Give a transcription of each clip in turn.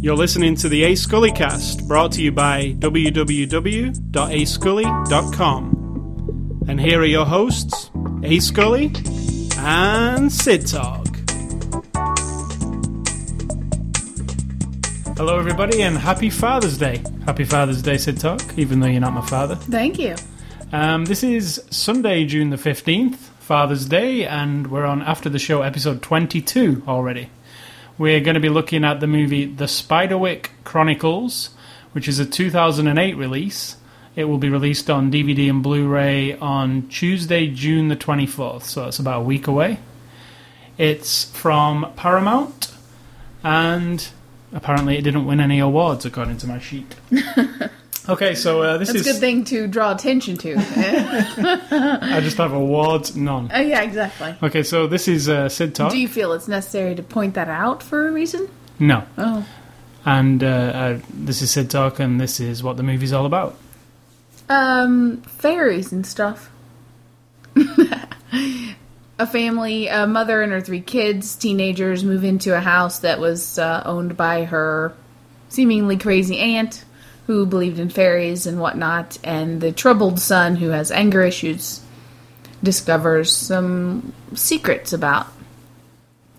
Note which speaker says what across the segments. Speaker 1: You're listening to the A Scully cast brought to you by www.ascully.com. And here are your hosts, A Scully and Sid Talk. Hello, everybody, and happy Father's Day. Happy Father's Day, Sid Talk, even though you're not my father.
Speaker 2: Thank you.
Speaker 1: Um, this is Sunday, June the 15th, Father's Day, and we're on After the Show episode 22 already. We're going to be looking at the movie The Spiderwick Chronicles, which is a 2008 release. It will be released on DVD and Blu ray on Tuesday, June the 24th, so that's about a week away. It's from Paramount, and apparently it didn't win any awards according to my sheet. okay, so uh, this
Speaker 2: That's a
Speaker 1: is.
Speaker 2: good thing to draw attention to. eh?
Speaker 1: I just have awards, none.
Speaker 2: oh, yeah, exactly.
Speaker 1: Okay, so this is uh, Sid Talk.
Speaker 2: Do you feel it's necessary to point that out for a reason?
Speaker 1: no,
Speaker 2: Oh,
Speaker 1: and uh, uh, this is Sid Talk, and this is what the movie's all about.
Speaker 2: um, fairies and stuff. a family, a mother and her three kids, teenagers, move into a house that was uh, owned by her seemingly crazy aunt who believed in fairies and whatnot, and the troubled son who has anger issues discovers some secrets about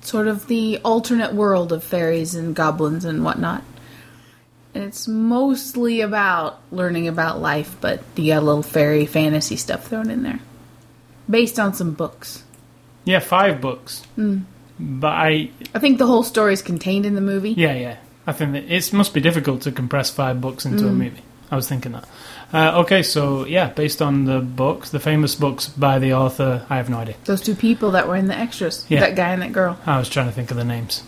Speaker 2: sort of the alternate world of fairies and goblins and whatnot. And it's mostly about learning about life, but you got a little fairy fantasy stuff thrown in there. Based on some books.
Speaker 1: Yeah, five books.
Speaker 2: Hmm.
Speaker 1: But I,
Speaker 2: I think the whole story is contained in the movie.
Speaker 1: yeah, yeah, I think that it must be difficult to compress five books into
Speaker 2: Hmm.
Speaker 1: a movie. I was thinking that. Uh, okay, so yeah, based on the books, the famous books by the author, I have no idea.
Speaker 2: Those two people that were in the extras,
Speaker 1: Yeah.
Speaker 2: that guy and that girl.
Speaker 1: I was trying to think of the names.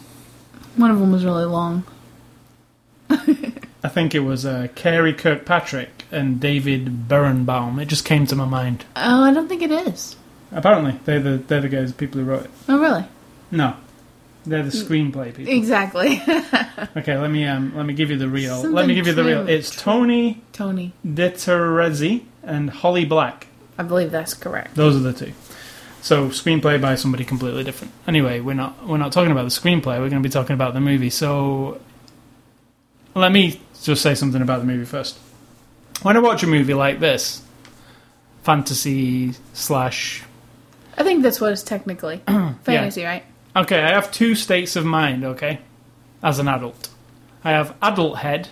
Speaker 2: One of them was really long.
Speaker 1: I think it was uh, Carey Kirkpatrick and David Berenbaum. It just came to my mind.
Speaker 2: Oh, I don't think it is.
Speaker 1: Apparently, they're the they're the guys, the people who wrote it.
Speaker 2: Oh, really?
Speaker 1: No, they're the
Speaker 2: Mm.
Speaker 1: screenplay people.
Speaker 2: Exactly.
Speaker 1: Okay, let me um, let me give you the real. let me
Speaker 2: Something
Speaker 1: give you the real.
Speaker 2: true.
Speaker 1: It's Tony
Speaker 2: Tony.
Speaker 1: DeTerezi and Holly Black.
Speaker 2: I believe that's correct.
Speaker 1: Those are the two. So screenplay by somebody completely different. Anyway, we're not we're not talking about the screenplay. We're going to be talking about the movie. So let me just say something about the movie first. When I watch a movie like this, fantasy slash
Speaker 2: I think that's what it's technically. Fantasy, right?
Speaker 1: Okay, I have two states of mind, okay? As an adult. I have adult head.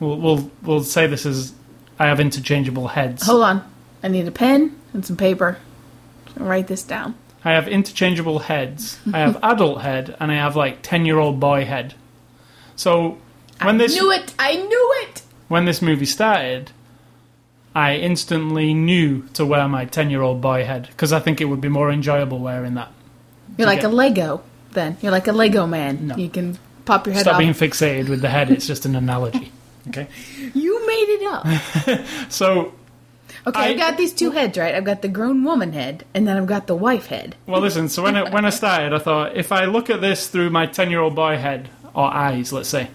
Speaker 1: We'll, we'll, we'll say this as I have interchangeable heads.
Speaker 2: Hold on. I need a pen and some paper. I'll write this down.
Speaker 1: I have interchangeable heads. I have adult head, and I have like 10 year old boy head. So when
Speaker 2: I
Speaker 1: this,
Speaker 2: knew it! I knew it!
Speaker 1: when this movie started, I instantly knew to wear my 10 year old boy head because I think it would be more enjoyable wearing that.
Speaker 2: You're like
Speaker 1: get-
Speaker 2: a Lego, then. You're like a Lego man.
Speaker 1: No.
Speaker 2: You can pop your head
Speaker 1: Stop
Speaker 2: off.
Speaker 1: being fixated with the head, it's just an analogy. Okay?
Speaker 2: You made it up.
Speaker 1: So
Speaker 2: Okay,
Speaker 1: I-
Speaker 2: I, have got these two heads, right? I've got the grown woman head, and then I've got the wife head.
Speaker 1: Well, listen. So when I, when I started, I thought if I look at this through my ten year old boy head or eyes, let's say,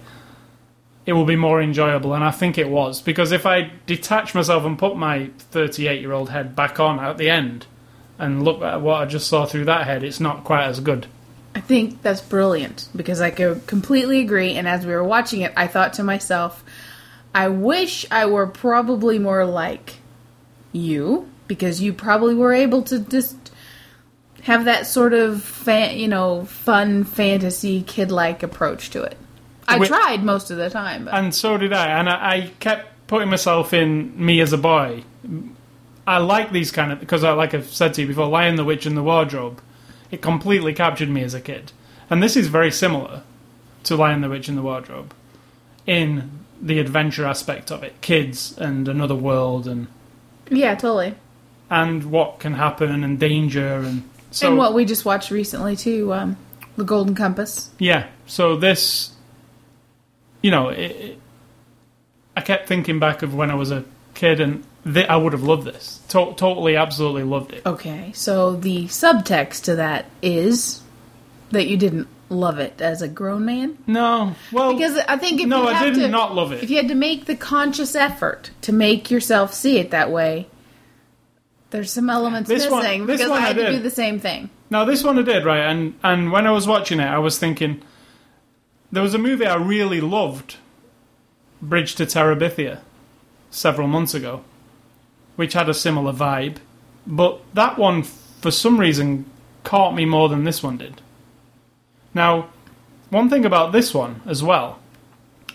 Speaker 1: it will be more enjoyable, and I think it was because if I detach myself and put my thirty eight year old head back on at the end and look at what I just saw through that head, it's not quite as good.
Speaker 2: I think that's brilliant because I co- completely agree. And as we were watching it, I thought to myself, I wish I were probably more like you because you probably were able to just have that sort of fan, you know, fun fantasy kid like approach to it. I
Speaker 1: Wi-
Speaker 2: tried most of the time. But
Speaker 1: And so did I, and I, I kept putting myself in me as a boy. I like these kind of because I like I've said to you before, Lion the Witch and the Wardrobe. It completely captured me as a kid, and this is very similar to Lion the Witch and the Wardrobe in the adventure aspect of it, kids and another world, and
Speaker 2: yeah, totally.
Speaker 1: and what can happen and danger and so
Speaker 2: and what we just watched recently too, um, the Golden Compass.
Speaker 1: yeah. So this, you know, it, it, I kept thinking back of when I was a kid, and th- I would have loved this. To- totally, absolutely loved it.
Speaker 2: Okay, so the subtext to that is that you didn't love it as a grown man.
Speaker 1: No, well,
Speaker 2: Because I think if
Speaker 1: no,
Speaker 2: you
Speaker 1: I
Speaker 2: have
Speaker 1: did
Speaker 2: to,
Speaker 1: not love
Speaker 2: If
Speaker 1: it.
Speaker 2: you had to make the conscious effort to make yourself see it that way, there's some elements
Speaker 1: This one-
Speaker 2: missing
Speaker 1: this
Speaker 2: because
Speaker 1: one
Speaker 2: I
Speaker 1: I
Speaker 2: had to
Speaker 1: did.
Speaker 2: do the same thing.
Speaker 1: Now this one I did right, and and when I was watching it, I was thinking, There was a movie I really loved, Bridge to Terabithia, several months ago, which had a similar vibe. But that one, for some reason, caught me more than this one did. Now, one thing about this one as well,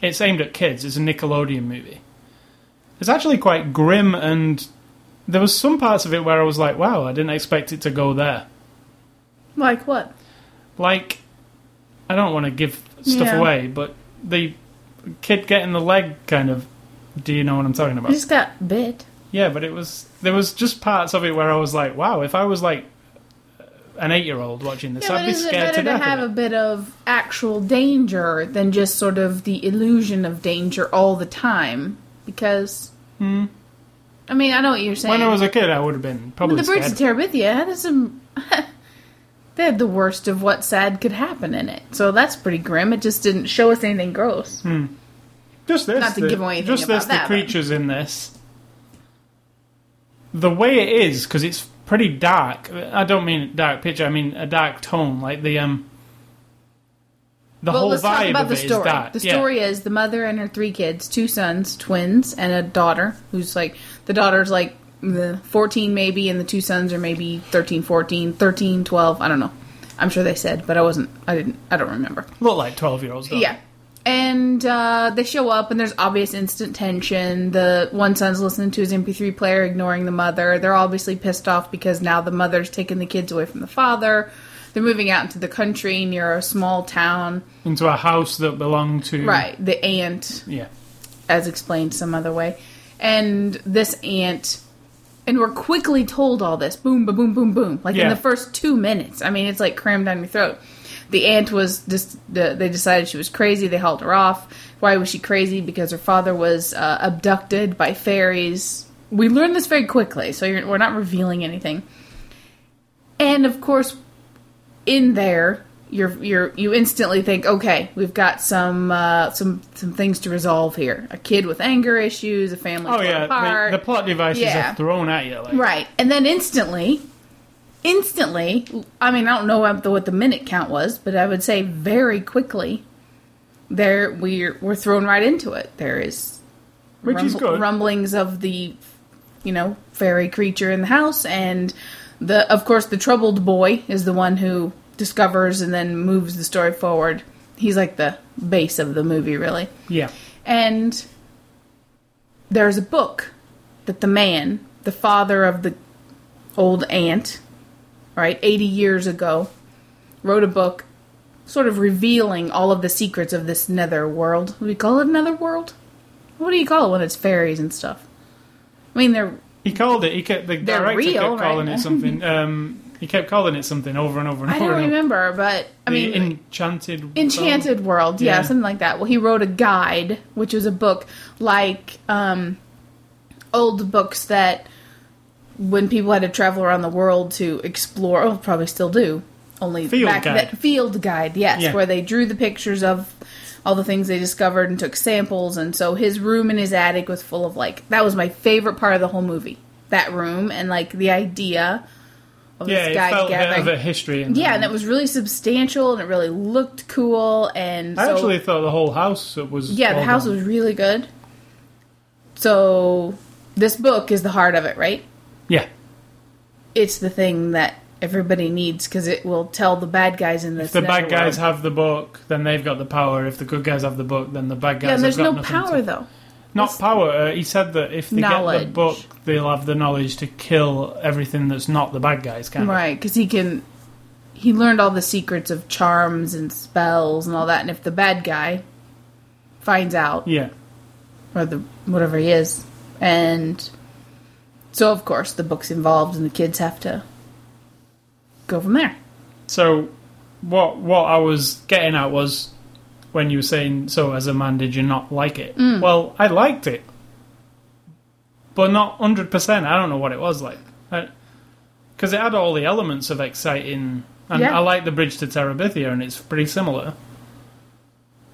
Speaker 1: it's aimed at kids, it's a Nickelodeon movie. It's actually quite grim, and there was some parts of it where I was like, wow, I didn't expect it to go there.
Speaker 2: Like what?
Speaker 1: Like, I don't want to give stuff
Speaker 2: Yeah.
Speaker 1: away, but the kid getting the leg kind of. Do you know what I'm talking
Speaker 2: You
Speaker 1: about?
Speaker 2: just got bit.
Speaker 1: Yeah, but it was there was just parts of it where I was like, wow, if I was like an eight year old watching this,
Speaker 2: Yeah,
Speaker 1: I'd
Speaker 2: but
Speaker 1: be
Speaker 2: is it
Speaker 1: scared
Speaker 2: better
Speaker 1: to
Speaker 2: to
Speaker 1: death.
Speaker 2: have
Speaker 1: of
Speaker 2: a
Speaker 1: it.
Speaker 2: bit of actual danger than just sort of the illusion of danger all the time? Because, I mean, I know what you're saying.
Speaker 1: Hmm. when I was a kid, I would have been
Speaker 2: I mean,
Speaker 1: probably
Speaker 2: the Birds
Speaker 1: scared.
Speaker 2: of Terabithia had some. they had the worst of what sad could happen in it, so that's pretty grim. It just didn't show us anything gross.
Speaker 1: just this,
Speaker 2: not to
Speaker 1: the,
Speaker 2: give away anything
Speaker 1: just this,
Speaker 2: about
Speaker 1: the
Speaker 2: that, but-
Speaker 1: creatures in this, the way it is, because it's pretty dark. I don't mean dark picture. I mean a dark tone, like the um. The
Speaker 2: well,
Speaker 1: whole
Speaker 2: let's
Speaker 1: vibe
Speaker 2: talk about
Speaker 1: of
Speaker 2: the
Speaker 1: it is
Speaker 2: story.
Speaker 1: dark.
Speaker 2: The
Speaker 1: Yeah.
Speaker 2: story is the mother and her three kids, two sons, twins, and a daughter who's like the daughter's like the 14 maybe and the two sons are maybe 13, 14, 13, 12, I don't know. I'm sure they said, but I wasn't I didn't I don't remember.
Speaker 1: look like twelve year olds.
Speaker 2: Yeah. And uh, they show up, and there's obvious instant tension. The one son's listening to his MP3 player, ignoring the mother. They're obviously pissed off because now the mother's taken the kids away from the father. They're moving out into the country near a small town.
Speaker 1: into a house that belonged to
Speaker 2: Right. The aunt,
Speaker 1: Yeah,
Speaker 2: as explained some other way. And this aunt. And we're quickly told all this. Boom, ba boom, boom, boom. Like in
Speaker 1: Yeah.
Speaker 2: the first two minutes. I mean, it's like crammed down your throat. The aunt was just. the- They decided she was crazy. They hauled her off. Why was she crazy? Because her father was uh, abducted by fairies. We learned this very quickly, so you're, we're not revealing anything. And of course, in there you're you're you instantly think okay we've got some uh, some some things to resolve here a kid with anger issues a family
Speaker 1: Oh
Speaker 2: torn
Speaker 1: yeah,
Speaker 2: apart.
Speaker 1: the, the plot devices
Speaker 2: Yeah.
Speaker 1: are thrown at you. Like,
Speaker 2: right and then instantly instantly i mean i don't know what the, what the minute count was but i would say very quickly there we're we're thrown right into it there is
Speaker 1: Which is good.
Speaker 2: rumblings of the you know fairy creature in the house and the of course the troubled boy is the one who discovers and then moves the story forward he's like the base of the movie really
Speaker 1: Yeah,
Speaker 2: and there's a book that the man, the father of the old aunt, right, 80 years ago, wrote a book sort of revealing all of the secrets of this nether world. We call it another world? What do you call it when it's fairies and stuff? I mean, they're
Speaker 1: he called it. He kept the
Speaker 2: They're
Speaker 1: director
Speaker 2: real,
Speaker 1: kept calling
Speaker 2: right?
Speaker 1: it something. Um, he kept calling it something over and over and
Speaker 2: I
Speaker 1: over.
Speaker 2: don't
Speaker 1: and over.
Speaker 2: remember, but I mean,
Speaker 1: the enchanted.
Speaker 2: Mm-hmm. Enchanted World, yeah,
Speaker 1: Yeah.
Speaker 2: something like that. Well, he wrote a guide, which was a book like um, old books that when people had to travel around the world to explore, oh, probably still do. Only
Speaker 1: Field
Speaker 2: back
Speaker 1: guide.
Speaker 2: that field guide, yes,
Speaker 1: Yeah.
Speaker 2: where they drew the pictures of all the things they discovered and took samples. And so his room in his attic was full of like that was my favorite part of the whole movie. That room and like the idea of
Speaker 1: Yeah,
Speaker 2: this
Speaker 1: it
Speaker 2: guide
Speaker 1: felt a bit
Speaker 2: gathering.
Speaker 1: of a history. And
Speaker 2: Yeah, and it was really substantial, and it really looked cool. And
Speaker 1: I
Speaker 2: so,
Speaker 1: actually thought the whole house was.
Speaker 2: yeah, the
Speaker 1: all
Speaker 2: house
Speaker 1: done.
Speaker 2: was really good. So this book is the heart of it, right?
Speaker 1: Yeah,
Speaker 2: It's the thing that everybody needs because it will tell the bad guys in this.
Speaker 1: if the bad
Speaker 2: netherworld.
Speaker 1: guys have the book, then they've got the power. If the good guys have the book, then the bad guys.
Speaker 2: yeah, and there's
Speaker 1: have got
Speaker 2: no
Speaker 1: nothing
Speaker 2: power
Speaker 1: To...
Speaker 2: though.
Speaker 1: Not power. Uh, he said that if they get
Speaker 2: Knowledge.
Speaker 1: the book, they'll have the knowledge to kill everything that's not the bad guys. Kind of.
Speaker 2: Right, because he can. He learned all the secrets of charms and spells and all that, and if the bad guy finds out,
Speaker 1: Yeah.
Speaker 2: or the whatever he is, and so of course the book's involved, and the kids have to go from there.
Speaker 1: So, what what I was getting at was when you were saying, "So, as a man, did you not like it?"
Speaker 2: Mm.
Speaker 1: Well, I liked it, but not hundred percent. I don't know what it was like because it had all the elements of exciting, and
Speaker 2: Yeah.
Speaker 1: I like the Bridge to Terabithia, and it's pretty similar.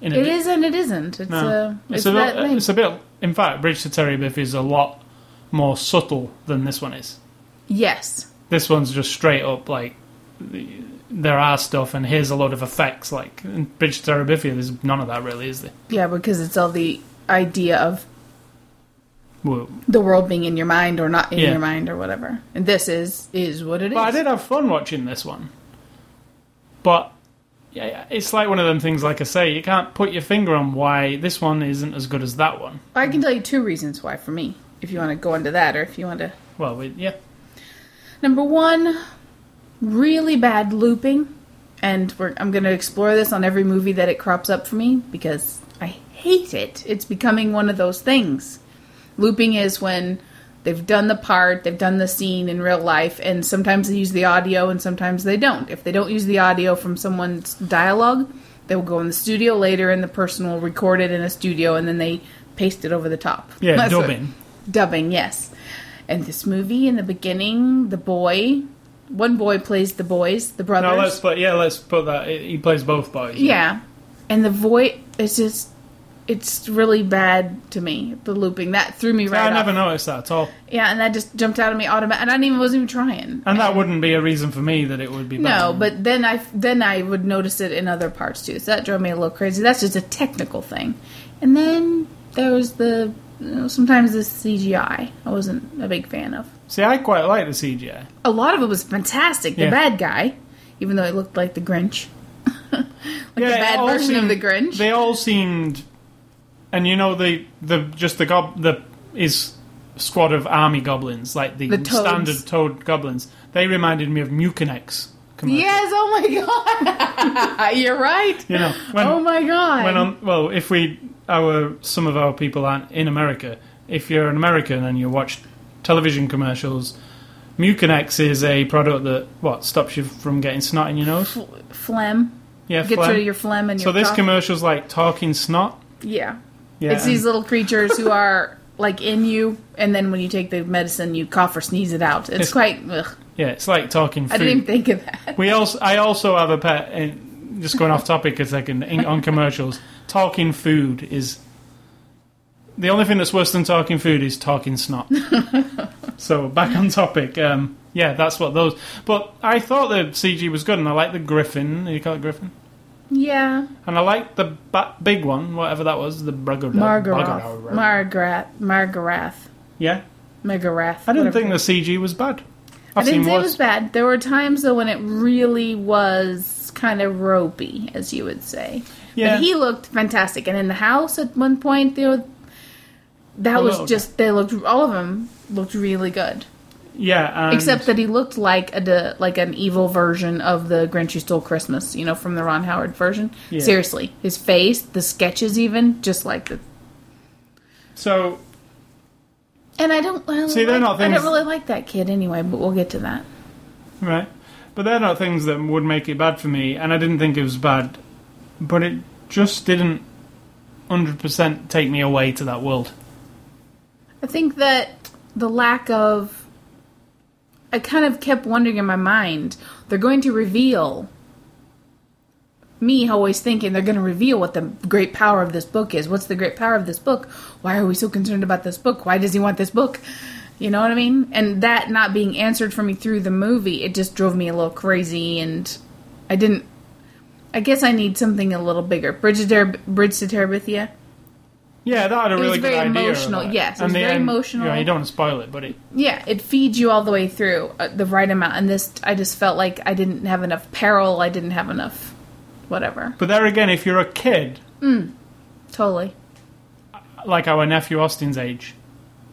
Speaker 1: In a
Speaker 2: It
Speaker 1: bit-
Speaker 2: is and it isn't. It's
Speaker 1: no. uh,
Speaker 2: a it's,
Speaker 1: a
Speaker 2: that
Speaker 1: bit,
Speaker 2: thing.
Speaker 1: it's a bit. In fact, Bridge to Terabithia is a lot more subtle than this one is.
Speaker 2: yes,
Speaker 1: This one's just straight up like there are stuff and here's a load of effects. Like in Bridge to Terabithia, there's none of that really, is there?
Speaker 2: Yeah, because it's all the idea of
Speaker 1: Well,
Speaker 2: the world being in your mind or not in
Speaker 1: Yeah.
Speaker 2: your mind or whatever. And this is is what it is.
Speaker 1: But I did have fun watching this one. But yeah, yeah, it's like one of them things. Like I say, you can't put your finger on why this one isn't as good as that one.
Speaker 2: I can tell you two reasons why for me, if you want to go into that or if you want to.
Speaker 1: Well, we, yeah,
Speaker 2: Number one, really bad looping. And we're, I'm going to explore this on every movie that it crops up for me because I hate it. It's becoming one of those things. Looping is when they've done the part, they've done the scene in real life, and sometimes they use the audio and sometimes they don't. If they don't use the audio from someone's dialogue, they will go in the studio later and the person will record it in a studio and then they paste it over the top.
Speaker 1: yeah,
Speaker 2: That's what-
Speaker 1: dubbing.
Speaker 2: dubbing yes and this movie in the beginning the boy one boy plays the boys the brothers
Speaker 1: No, let's put yeah, let's put that. He plays both boys.
Speaker 2: yeah and the voice is just it's really bad to me the looping that threw me
Speaker 1: I
Speaker 2: right
Speaker 1: never
Speaker 2: off.
Speaker 1: noticed that at all,
Speaker 2: yeah and that just jumped out of me automatic and i didn't even wasn't even trying
Speaker 1: and that wouldn't be a reason for me that it would be.
Speaker 2: no
Speaker 1: bad.
Speaker 2: but then i then i would notice it in other parts too so that drove me a little crazy that's just a technical thing and then there was the you know, sometimes the cgi i wasn't a big fan of
Speaker 1: see, I quite like the CGI.
Speaker 2: a lot of it was fantastic. The
Speaker 1: Yeah.
Speaker 2: bad guy, even though it looked like the Grinch, like
Speaker 1: yeah,
Speaker 2: the
Speaker 1: it
Speaker 2: bad
Speaker 1: all
Speaker 2: version of
Speaker 1: seemed-
Speaker 2: the Grinch.
Speaker 1: They all seemed, and you know the the just the gob the his squad of army goblins like the,
Speaker 2: The toads.
Speaker 1: standard toad goblins. They reminded me of Mucinex. commercials.
Speaker 2: yes, oh my god, you're right.
Speaker 1: you know when
Speaker 2: oh my god,
Speaker 1: when um, on well if we our some of our people aren't in America. If you're an American and you watch television commercials. Mucinex is a product that what stops you from getting snot in your nose.
Speaker 2: F- phlegm
Speaker 1: Yeah,
Speaker 2: gets
Speaker 1: phlegm.
Speaker 2: rid of your phlegm and
Speaker 1: so
Speaker 2: your
Speaker 1: this
Speaker 2: cough.
Speaker 1: commercial's like talking snot.
Speaker 2: yeah.
Speaker 1: Yeah,
Speaker 2: it's these
Speaker 1: and-
Speaker 2: little creatures who are like in you, and then when you take the medicine, you cough or sneeze it out. It's,
Speaker 1: It's-
Speaker 2: quite. Ugh,
Speaker 1: yeah, it's like talking food.
Speaker 2: I didn't even think of that.
Speaker 1: We also, I also have a pet. And just going off topic a second in, on commercials. Talking food is the only thing that's worse than talking food is talking snot. so back on topic. Um, yeah, that's what those. But I thought the CG was good, and I like the Griffin. You call it Griffin,
Speaker 2: Yeah,
Speaker 1: and I like the ba- big one, whatever that was, the Brugger.
Speaker 2: Margaret, Margaret, Margaret,
Speaker 1: yeah,
Speaker 2: Megarath.
Speaker 1: I didn't
Speaker 2: whatever.
Speaker 1: think the CG was bad.
Speaker 2: I
Speaker 1: I've
Speaker 2: didn't
Speaker 1: seen
Speaker 2: say it
Speaker 1: worse.
Speaker 2: was bad. There were times though when it really was kind of ropey, as you would say.
Speaker 1: Yeah.
Speaker 2: But he looked fantastic, and in the house at one point, they were, that
Speaker 1: Oh,
Speaker 2: was
Speaker 1: okay.
Speaker 2: just they looked all of them looked really good,
Speaker 1: yeah, and-
Speaker 2: except that he looked like a de- like an evil version of the Grinch Who Stole Christmas, you know, from the Ron Howard version.
Speaker 1: Yeah.
Speaker 2: Seriously, his face, the sketches, even just like the.
Speaker 1: so
Speaker 2: And I don't. I don't
Speaker 1: See, they're
Speaker 2: like-
Speaker 1: not
Speaker 2: I
Speaker 1: things-
Speaker 2: don't really like that kid anyway, but we'll get to that.
Speaker 1: Right. But they're not things that would make it bad for me, and I didn't think it was bad. But it just didn't 100% take me away to that world.
Speaker 2: I think that the lack of. I kind of kept wondering in my mind, they're going to reveal. Me always thinking they're going to reveal what the great power of this book is. What's the great power of this book? Why are we so concerned about this book? Why does he want this book? You know what I mean? And that not being answered for me through the movie, it just drove me a little crazy, and I didn't. I guess I need something a little bigger. Bridge to, Ter- Bridge to Terabithia.
Speaker 1: Yeah, that had a
Speaker 2: was
Speaker 1: really good
Speaker 2: very
Speaker 1: idea. of
Speaker 2: emotional,
Speaker 1: that.
Speaker 2: yes, it was
Speaker 1: the
Speaker 2: very
Speaker 1: end-
Speaker 2: emotional.
Speaker 1: You, know, you don't want to spoil it, but it,
Speaker 2: yeah it feeds you all the way through uh, the right amount and this i just felt like i didn't have enough peril i didn't have enough whatever
Speaker 1: but there again, if you're a kid,
Speaker 2: totally
Speaker 1: like our nephew Austin's age,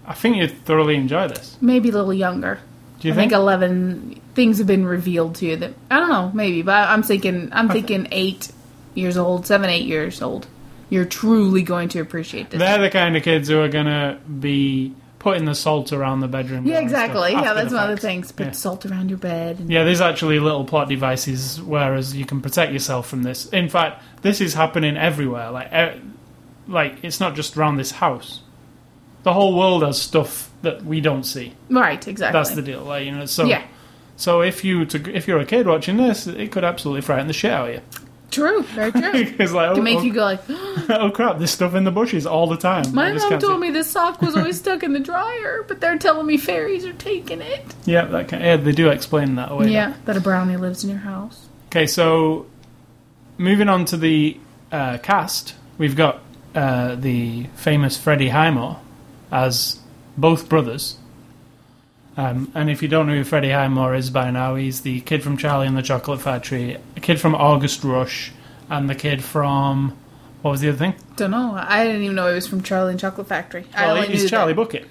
Speaker 1: I think you'd thoroughly enjoy this.
Speaker 2: maybe a little younger
Speaker 1: Do you
Speaker 2: i
Speaker 1: think?
Speaker 2: think 11 things have been revealed to you that i don't know maybe but i'm thinking i'm thinking 8 years old 7 8 years old you're truly going to appreciate this
Speaker 1: They're the kind of kids who are going to be putting the salt around the bedroom.
Speaker 2: yeah
Speaker 1: and stuff
Speaker 2: exactly yeah
Speaker 1: after
Speaker 2: that's
Speaker 1: the
Speaker 2: one of the
Speaker 1: fact.
Speaker 2: things put
Speaker 1: Yeah.
Speaker 2: salt around your bed and
Speaker 1: Yeah, there's actually little plot devices, whereas you can protect yourself from this. In fact, this is happening everywhere. Like, e like it's not just around this house. The whole world has stuff that we don't see.
Speaker 2: right exactly
Speaker 1: That's the deal. Like, you know, so
Speaker 2: yeah
Speaker 1: so if you to, if you're a kid watching this, it could absolutely frighten the shit out of you.
Speaker 2: true very true
Speaker 1: it's like, oh,
Speaker 2: to make
Speaker 1: oh,
Speaker 2: you go like
Speaker 1: oh crap, there's stuff in the bushes all the time. I
Speaker 2: My
Speaker 1: just
Speaker 2: mom
Speaker 1: can't see
Speaker 2: told
Speaker 1: it.
Speaker 2: me this sock was always stuck in the dryer, but they're telling me fairies are taking it.
Speaker 1: Yeah, that can, yeah, they do explain that away.
Speaker 2: Yeah, that a brownie lives in your house.
Speaker 1: Okay, so moving on to the uh, cast, we've got uh, the famous Freddie Highmore as both brothers. Um, and if you don't know who Freddie Highmore is by now, he's the kid from Charlie and the Chocolate Factory, the kid from August Rush, and the kid from what was the other thing?
Speaker 2: Don't know. I didn't even know it was from Charlie and Chocolate Factory. I
Speaker 1: Well,
Speaker 2: only
Speaker 1: he's
Speaker 2: knew
Speaker 1: Charlie
Speaker 2: that-
Speaker 1: Bucket.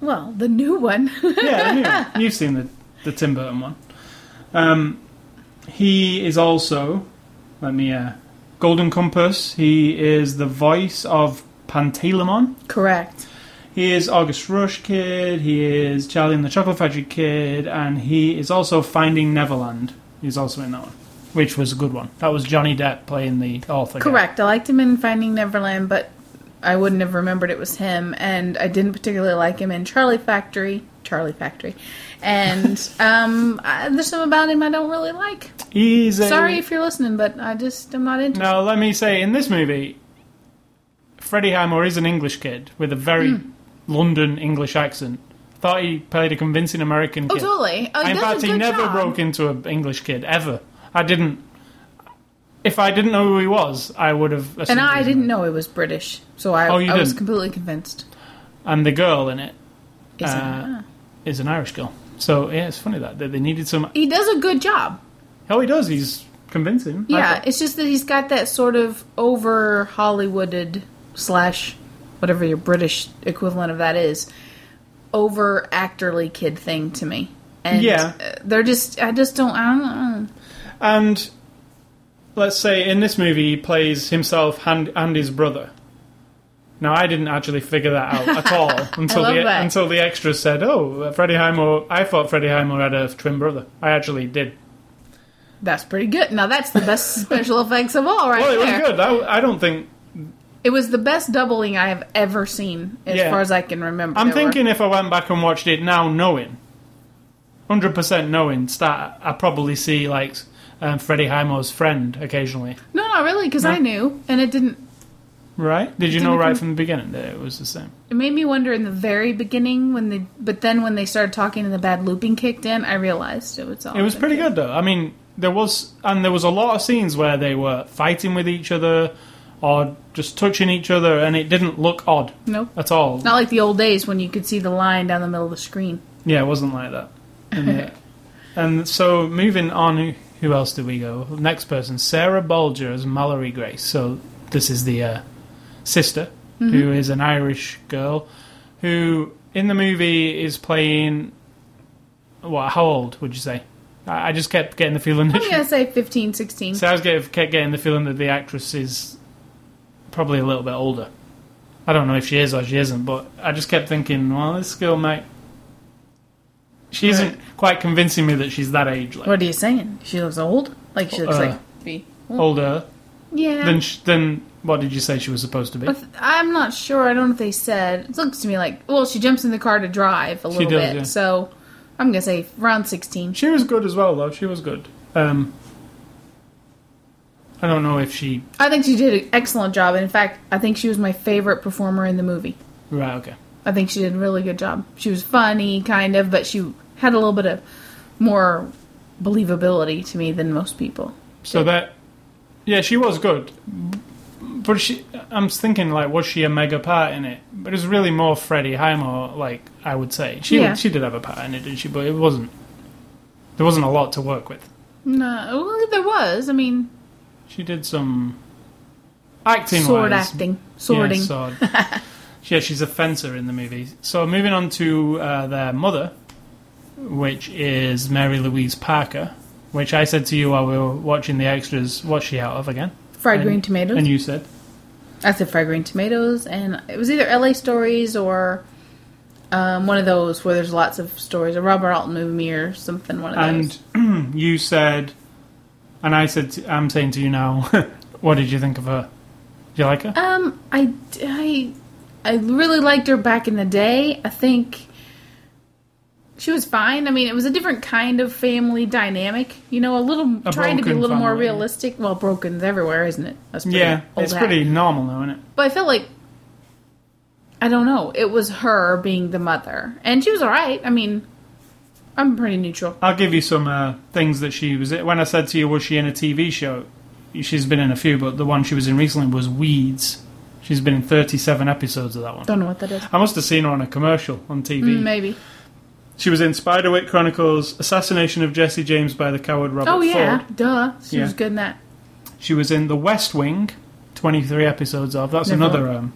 Speaker 2: Well, the new one.
Speaker 1: yeah, I knew it. you've seen the the Tim Burton one. Um, he is also, let me, uh, Golden Compass. He is the voice of Pantalemon.
Speaker 2: Correct.
Speaker 1: He is August Rush Kid. He is Charlie and the Chocolate Factory Kid, and he is also Finding Neverland. He's also in that one, which was a good one. That was Johnny Depp playing the author. guy.
Speaker 2: Correct. I liked him in Finding Neverland, but I wouldn't have remembered it was him. And I didn't particularly like him in Charlie Factory. Charlie Factory. And um, I, there's some about him I don't really like.
Speaker 1: He's a,
Speaker 2: Sorry if you're listening, but I just am not into.
Speaker 1: Now, let me say, in this movie, Freddie Highmore is an English kid with a very
Speaker 2: Hmm.
Speaker 1: London English accent. Thought he played a convincing American
Speaker 2: Oh,
Speaker 1: kid.
Speaker 2: totally. Oh, he
Speaker 1: in
Speaker 2: does a
Speaker 1: fact, he
Speaker 2: good
Speaker 1: never
Speaker 2: job.
Speaker 1: broke into an English kid ever. I didn't. If I didn't know who he was, I would have. assumed
Speaker 2: And
Speaker 1: he
Speaker 2: I
Speaker 1: was-
Speaker 2: didn't know he was British, so I,
Speaker 1: Oh, you
Speaker 2: I was
Speaker 1: didn't?
Speaker 2: completely convinced.
Speaker 1: And the girl in it
Speaker 2: Is he-
Speaker 1: Uh, is an Irish girl. So yeah, it's funny that that they needed some.
Speaker 2: he does a good job.
Speaker 1: Oh, he does. He's convincing. I
Speaker 2: Yeah,
Speaker 1: thought.
Speaker 2: it's just that he's got that sort of over Hollywooded slash whatever your British equivalent of that is, over actorly kid thing to me. And
Speaker 1: Yeah.
Speaker 2: uh, they're just I just don't I don't know.
Speaker 1: And let's say in this movie, he plays himself and, and his brother. Now, I didn't actually figure that out at all until
Speaker 2: love
Speaker 1: the
Speaker 2: that.
Speaker 1: until the extras said, "Oh, Freddie Highmore." I thought Freddie Highmore had a twin brother. I actually did.
Speaker 2: That's pretty good. Now that's the best special effects of all, right
Speaker 1: Well, it was
Speaker 2: there.
Speaker 1: good. I, I don't think.
Speaker 2: It was the best doubling I have ever seen, as
Speaker 1: Yeah.
Speaker 2: far as I can remember.
Speaker 1: I'm
Speaker 2: There were-
Speaker 1: thinking if I went back and watched it now, knowing, hundred percent knowing, start I probably see like um, Freddie Highmore's friend occasionally.
Speaker 2: no, not really, because I knew, and it didn't.
Speaker 1: Right? Did you
Speaker 2: Didn't
Speaker 1: know
Speaker 2: it
Speaker 1: right
Speaker 2: come-
Speaker 1: from the beginning that it was the same?
Speaker 2: It made me wonder in the very beginning when they, but then when they started talking and the bad looping kicked in, I realized it was all.
Speaker 1: It was
Speaker 2: been
Speaker 1: pretty
Speaker 2: good.
Speaker 1: good though. I mean, there was and there was a lot of scenes where they were fighting with each other or just touching each other, and it didn't look odd
Speaker 2: Nope.
Speaker 1: at all.
Speaker 2: Not like the old days when you could see the line down the middle of the screen.
Speaker 1: Yeah, it wasn't like that. And, uh, and so moving on, who else did we go? Next person, Sarah Bolger as Mallory Grace. So this is the uh, sister, who is an Irish girl, who in the movie is playing. What? How old would you say? I I just kept getting the feeling that
Speaker 2: I'm
Speaker 1: she-
Speaker 2: going to say 15, 16.
Speaker 1: So I was get, kept getting the feeling that the actress is probably a little bit older. I don't know if she is or she isn't, but I just kept thinking, well, this girl might. She isn't quite convincing me that she's that age, like
Speaker 2: what are you saying? She looks old? Like she looks
Speaker 1: Uh,
Speaker 2: like. Be.
Speaker 1: older
Speaker 2: Yeah.
Speaker 1: than sh than what did you say she was supposed to be?
Speaker 2: But th- I'm not sure. I don't know if they said. It looks to me like. Well, she jumps in the car to drive a little
Speaker 1: does,
Speaker 2: bit.
Speaker 1: yeah.
Speaker 2: So I'm going to say around 16.
Speaker 1: She was good as well, though. She was good. Um, I don't know if she.
Speaker 2: I think she did an excellent job. And in fact, I think she was my favorite performer in the movie.
Speaker 1: Right, okay.
Speaker 2: I think she did a really good job. She was funny, kind of, but she had a little bit of more believability to me than most people.
Speaker 1: So that, yeah, she was good. But she, I'm thinking like, was she a mega part in it? But it's really more Freddie Highmore. Like I would say, she
Speaker 2: Yeah.
Speaker 1: she did have a part in it, didn't she? But it wasn't. There wasn't a lot to work with.
Speaker 2: No, well, there was. I mean,
Speaker 1: She did some acting.
Speaker 2: sword
Speaker 1: wise,
Speaker 2: acting, sorting.
Speaker 1: Yeah, sword. yeah, she's a fencer in the movie. So moving on to uh, their mother, which is Mary Louise Parker. Which I said to you while we were watching the extras, what's she out of again?
Speaker 2: fried
Speaker 1: And-
Speaker 2: green tomatoes.
Speaker 1: And you said.
Speaker 2: I said fried green tomatoes, and it was either L.A. Stories or um, one of those where there's lots of stories, a Robert Alton movie or something. One of those.
Speaker 1: And you said, and I said, to, I'm saying to you now, what did you think of her? Did you like her?
Speaker 2: Um, I, I, I really liked her back in the day. I think she was fine. I mean, it was a different kind of family dynamic. You know, a little
Speaker 1: A
Speaker 2: trying to be a
Speaker 1: broken
Speaker 2: little more
Speaker 1: family.
Speaker 2: realistic. Well, broken's everywhere, isn't it? That's pretty
Speaker 1: yeah,
Speaker 2: old
Speaker 1: it's
Speaker 2: hat.
Speaker 1: pretty normal though, isn't it?
Speaker 2: But I felt like I don't know. It was her being the mother, and she was all right. I mean, I'm pretty neutral.
Speaker 1: I'll give you some uh, things that she was. When I said to you, was she in a TV show? She's been in a few, but the one she was in recently was Weeds. She's been in 37 episodes of that one.
Speaker 2: Don't know what that is.
Speaker 1: I must have seen her on a commercial on TV.
Speaker 2: Mm, maybe.
Speaker 1: She was in Spiderwick Chronicles, Assassination of Jesse James by the Coward Robert
Speaker 2: oh yeah,
Speaker 1: Ford.
Speaker 2: duh. She was
Speaker 1: Yeah.
Speaker 2: good in that.
Speaker 1: She was in The West Wing, 23 episodes of. That's
Speaker 2: Never.
Speaker 1: another um,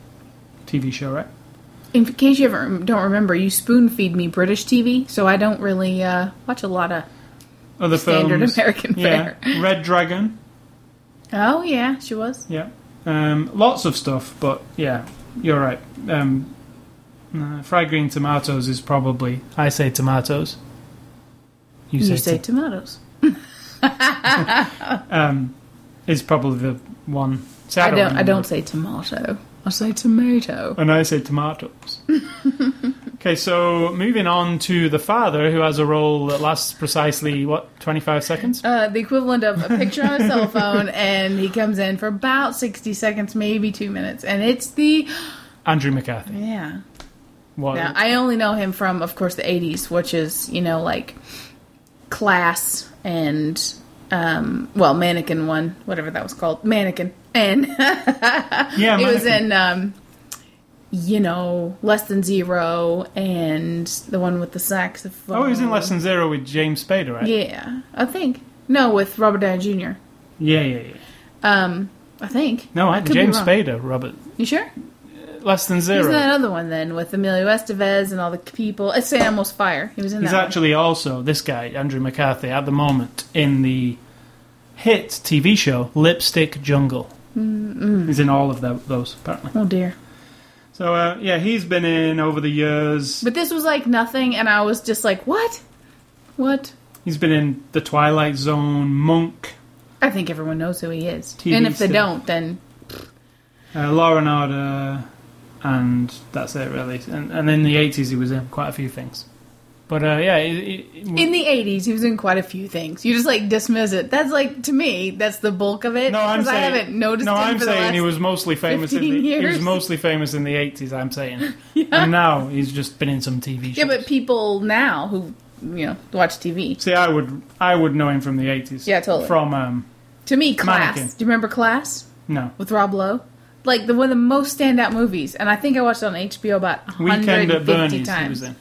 Speaker 1: TV show, right?
Speaker 2: In case you ever don't remember, you spoon feed me British TV, so I don't really uh, watch a lot of.
Speaker 1: Other
Speaker 2: Standard
Speaker 1: films.
Speaker 2: American
Speaker 1: yeah.
Speaker 2: fare.
Speaker 1: Red Dragon.
Speaker 2: Oh yeah, she was.
Speaker 1: Yeah. Um, lots of stuff, but yeah, you're right. Um, uh, fried green tomatoes is probably. I say tomatoes. You,
Speaker 2: You,
Speaker 1: say,
Speaker 2: say
Speaker 1: to-
Speaker 2: tomatoes.
Speaker 1: um, is probably the one. See,
Speaker 2: I don't. I
Speaker 1: remember.
Speaker 2: don't say tomato. I say tomato.
Speaker 1: And I say tomatoes. okay, so moving on to the father, who has a role that lasts precisely what twenty five seconds.
Speaker 2: Uh, the equivalent of a picture on a cell phone, and he comes in for about sixty seconds, maybe two minutes, and it's the
Speaker 1: Andrew McCarthy.
Speaker 2: yeah.
Speaker 1: What?
Speaker 2: Now, I only know him from, of course, the 80s, which is, you know, like Class and, um, well, Mannequin 1, whatever that was called. Mannequin. And
Speaker 1: yeah,
Speaker 2: it was
Speaker 1: mannequin.
Speaker 2: in, um, you know, Less Than Zero and the one with the saxophone.
Speaker 1: Oh, he was in Less Than Zero with James Spader, right?
Speaker 2: Yeah, I think. No, with Robert Downey Jr.
Speaker 1: yeah, yeah. yeah.
Speaker 2: Um, I think.
Speaker 1: No,
Speaker 2: I
Speaker 1: I,
Speaker 2: could be
Speaker 1: James
Speaker 2: wrong.
Speaker 1: Spader, Robert.
Speaker 2: You sure?
Speaker 1: Less Than
Speaker 2: He was
Speaker 1: Zero.
Speaker 2: in that other one then with Emilio Estevez and all the people. It's San Elmo's Fire. He was in
Speaker 1: He's
Speaker 2: that. one.
Speaker 1: actually also this guy, Andrew McCarthy, at the moment in the hit TV show Lipstick Jungle.
Speaker 2: Mm-hmm.
Speaker 1: mm He's in all of tho- those apparently.
Speaker 2: Oh dear.
Speaker 1: So uh, yeah, he's been in over the years.
Speaker 2: But this was like nothing, and I was just like, what? What?
Speaker 1: He's been in The Twilight Zone, Monk,
Speaker 2: I think everyone knows who he is.
Speaker 1: TV
Speaker 2: and if they
Speaker 1: still.
Speaker 2: don't, then
Speaker 1: uh, Law and Order, and that's it really. And, and in the eighties, he was in quite a few things. But uh, yeah, it, it, it-
Speaker 2: in the 80s, he was in quite a few things. You just like dismiss it. That's like, to me, that's the bulk of it.
Speaker 1: no, I'm
Speaker 2: 'cause
Speaker 1: saying
Speaker 2: I haven't noticed
Speaker 1: No,
Speaker 2: him
Speaker 1: I'm
Speaker 2: for
Speaker 1: saying
Speaker 2: the last...
Speaker 1: he was mostly famous. In the,
Speaker 2: 15
Speaker 1: He was
Speaker 2: years.
Speaker 1: mostly famous in the eighties. I'm saying, and now he's just been in some TV shows.
Speaker 2: Yeah, but people now who, you know, watch TV.
Speaker 1: See, I would I would know him from the eighties.
Speaker 2: Yeah, totally.
Speaker 1: From um,
Speaker 2: To me, Class.
Speaker 1: Mannequin.
Speaker 2: Do you remember Class
Speaker 1: no
Speaker 2: with Rob Lowe? Like the one of the most standout movies, and I think I watched it on HBO about 150
Speaker 1: Weekend at Bernie's.
Speaker 2: times.
Speaker 1: He was in.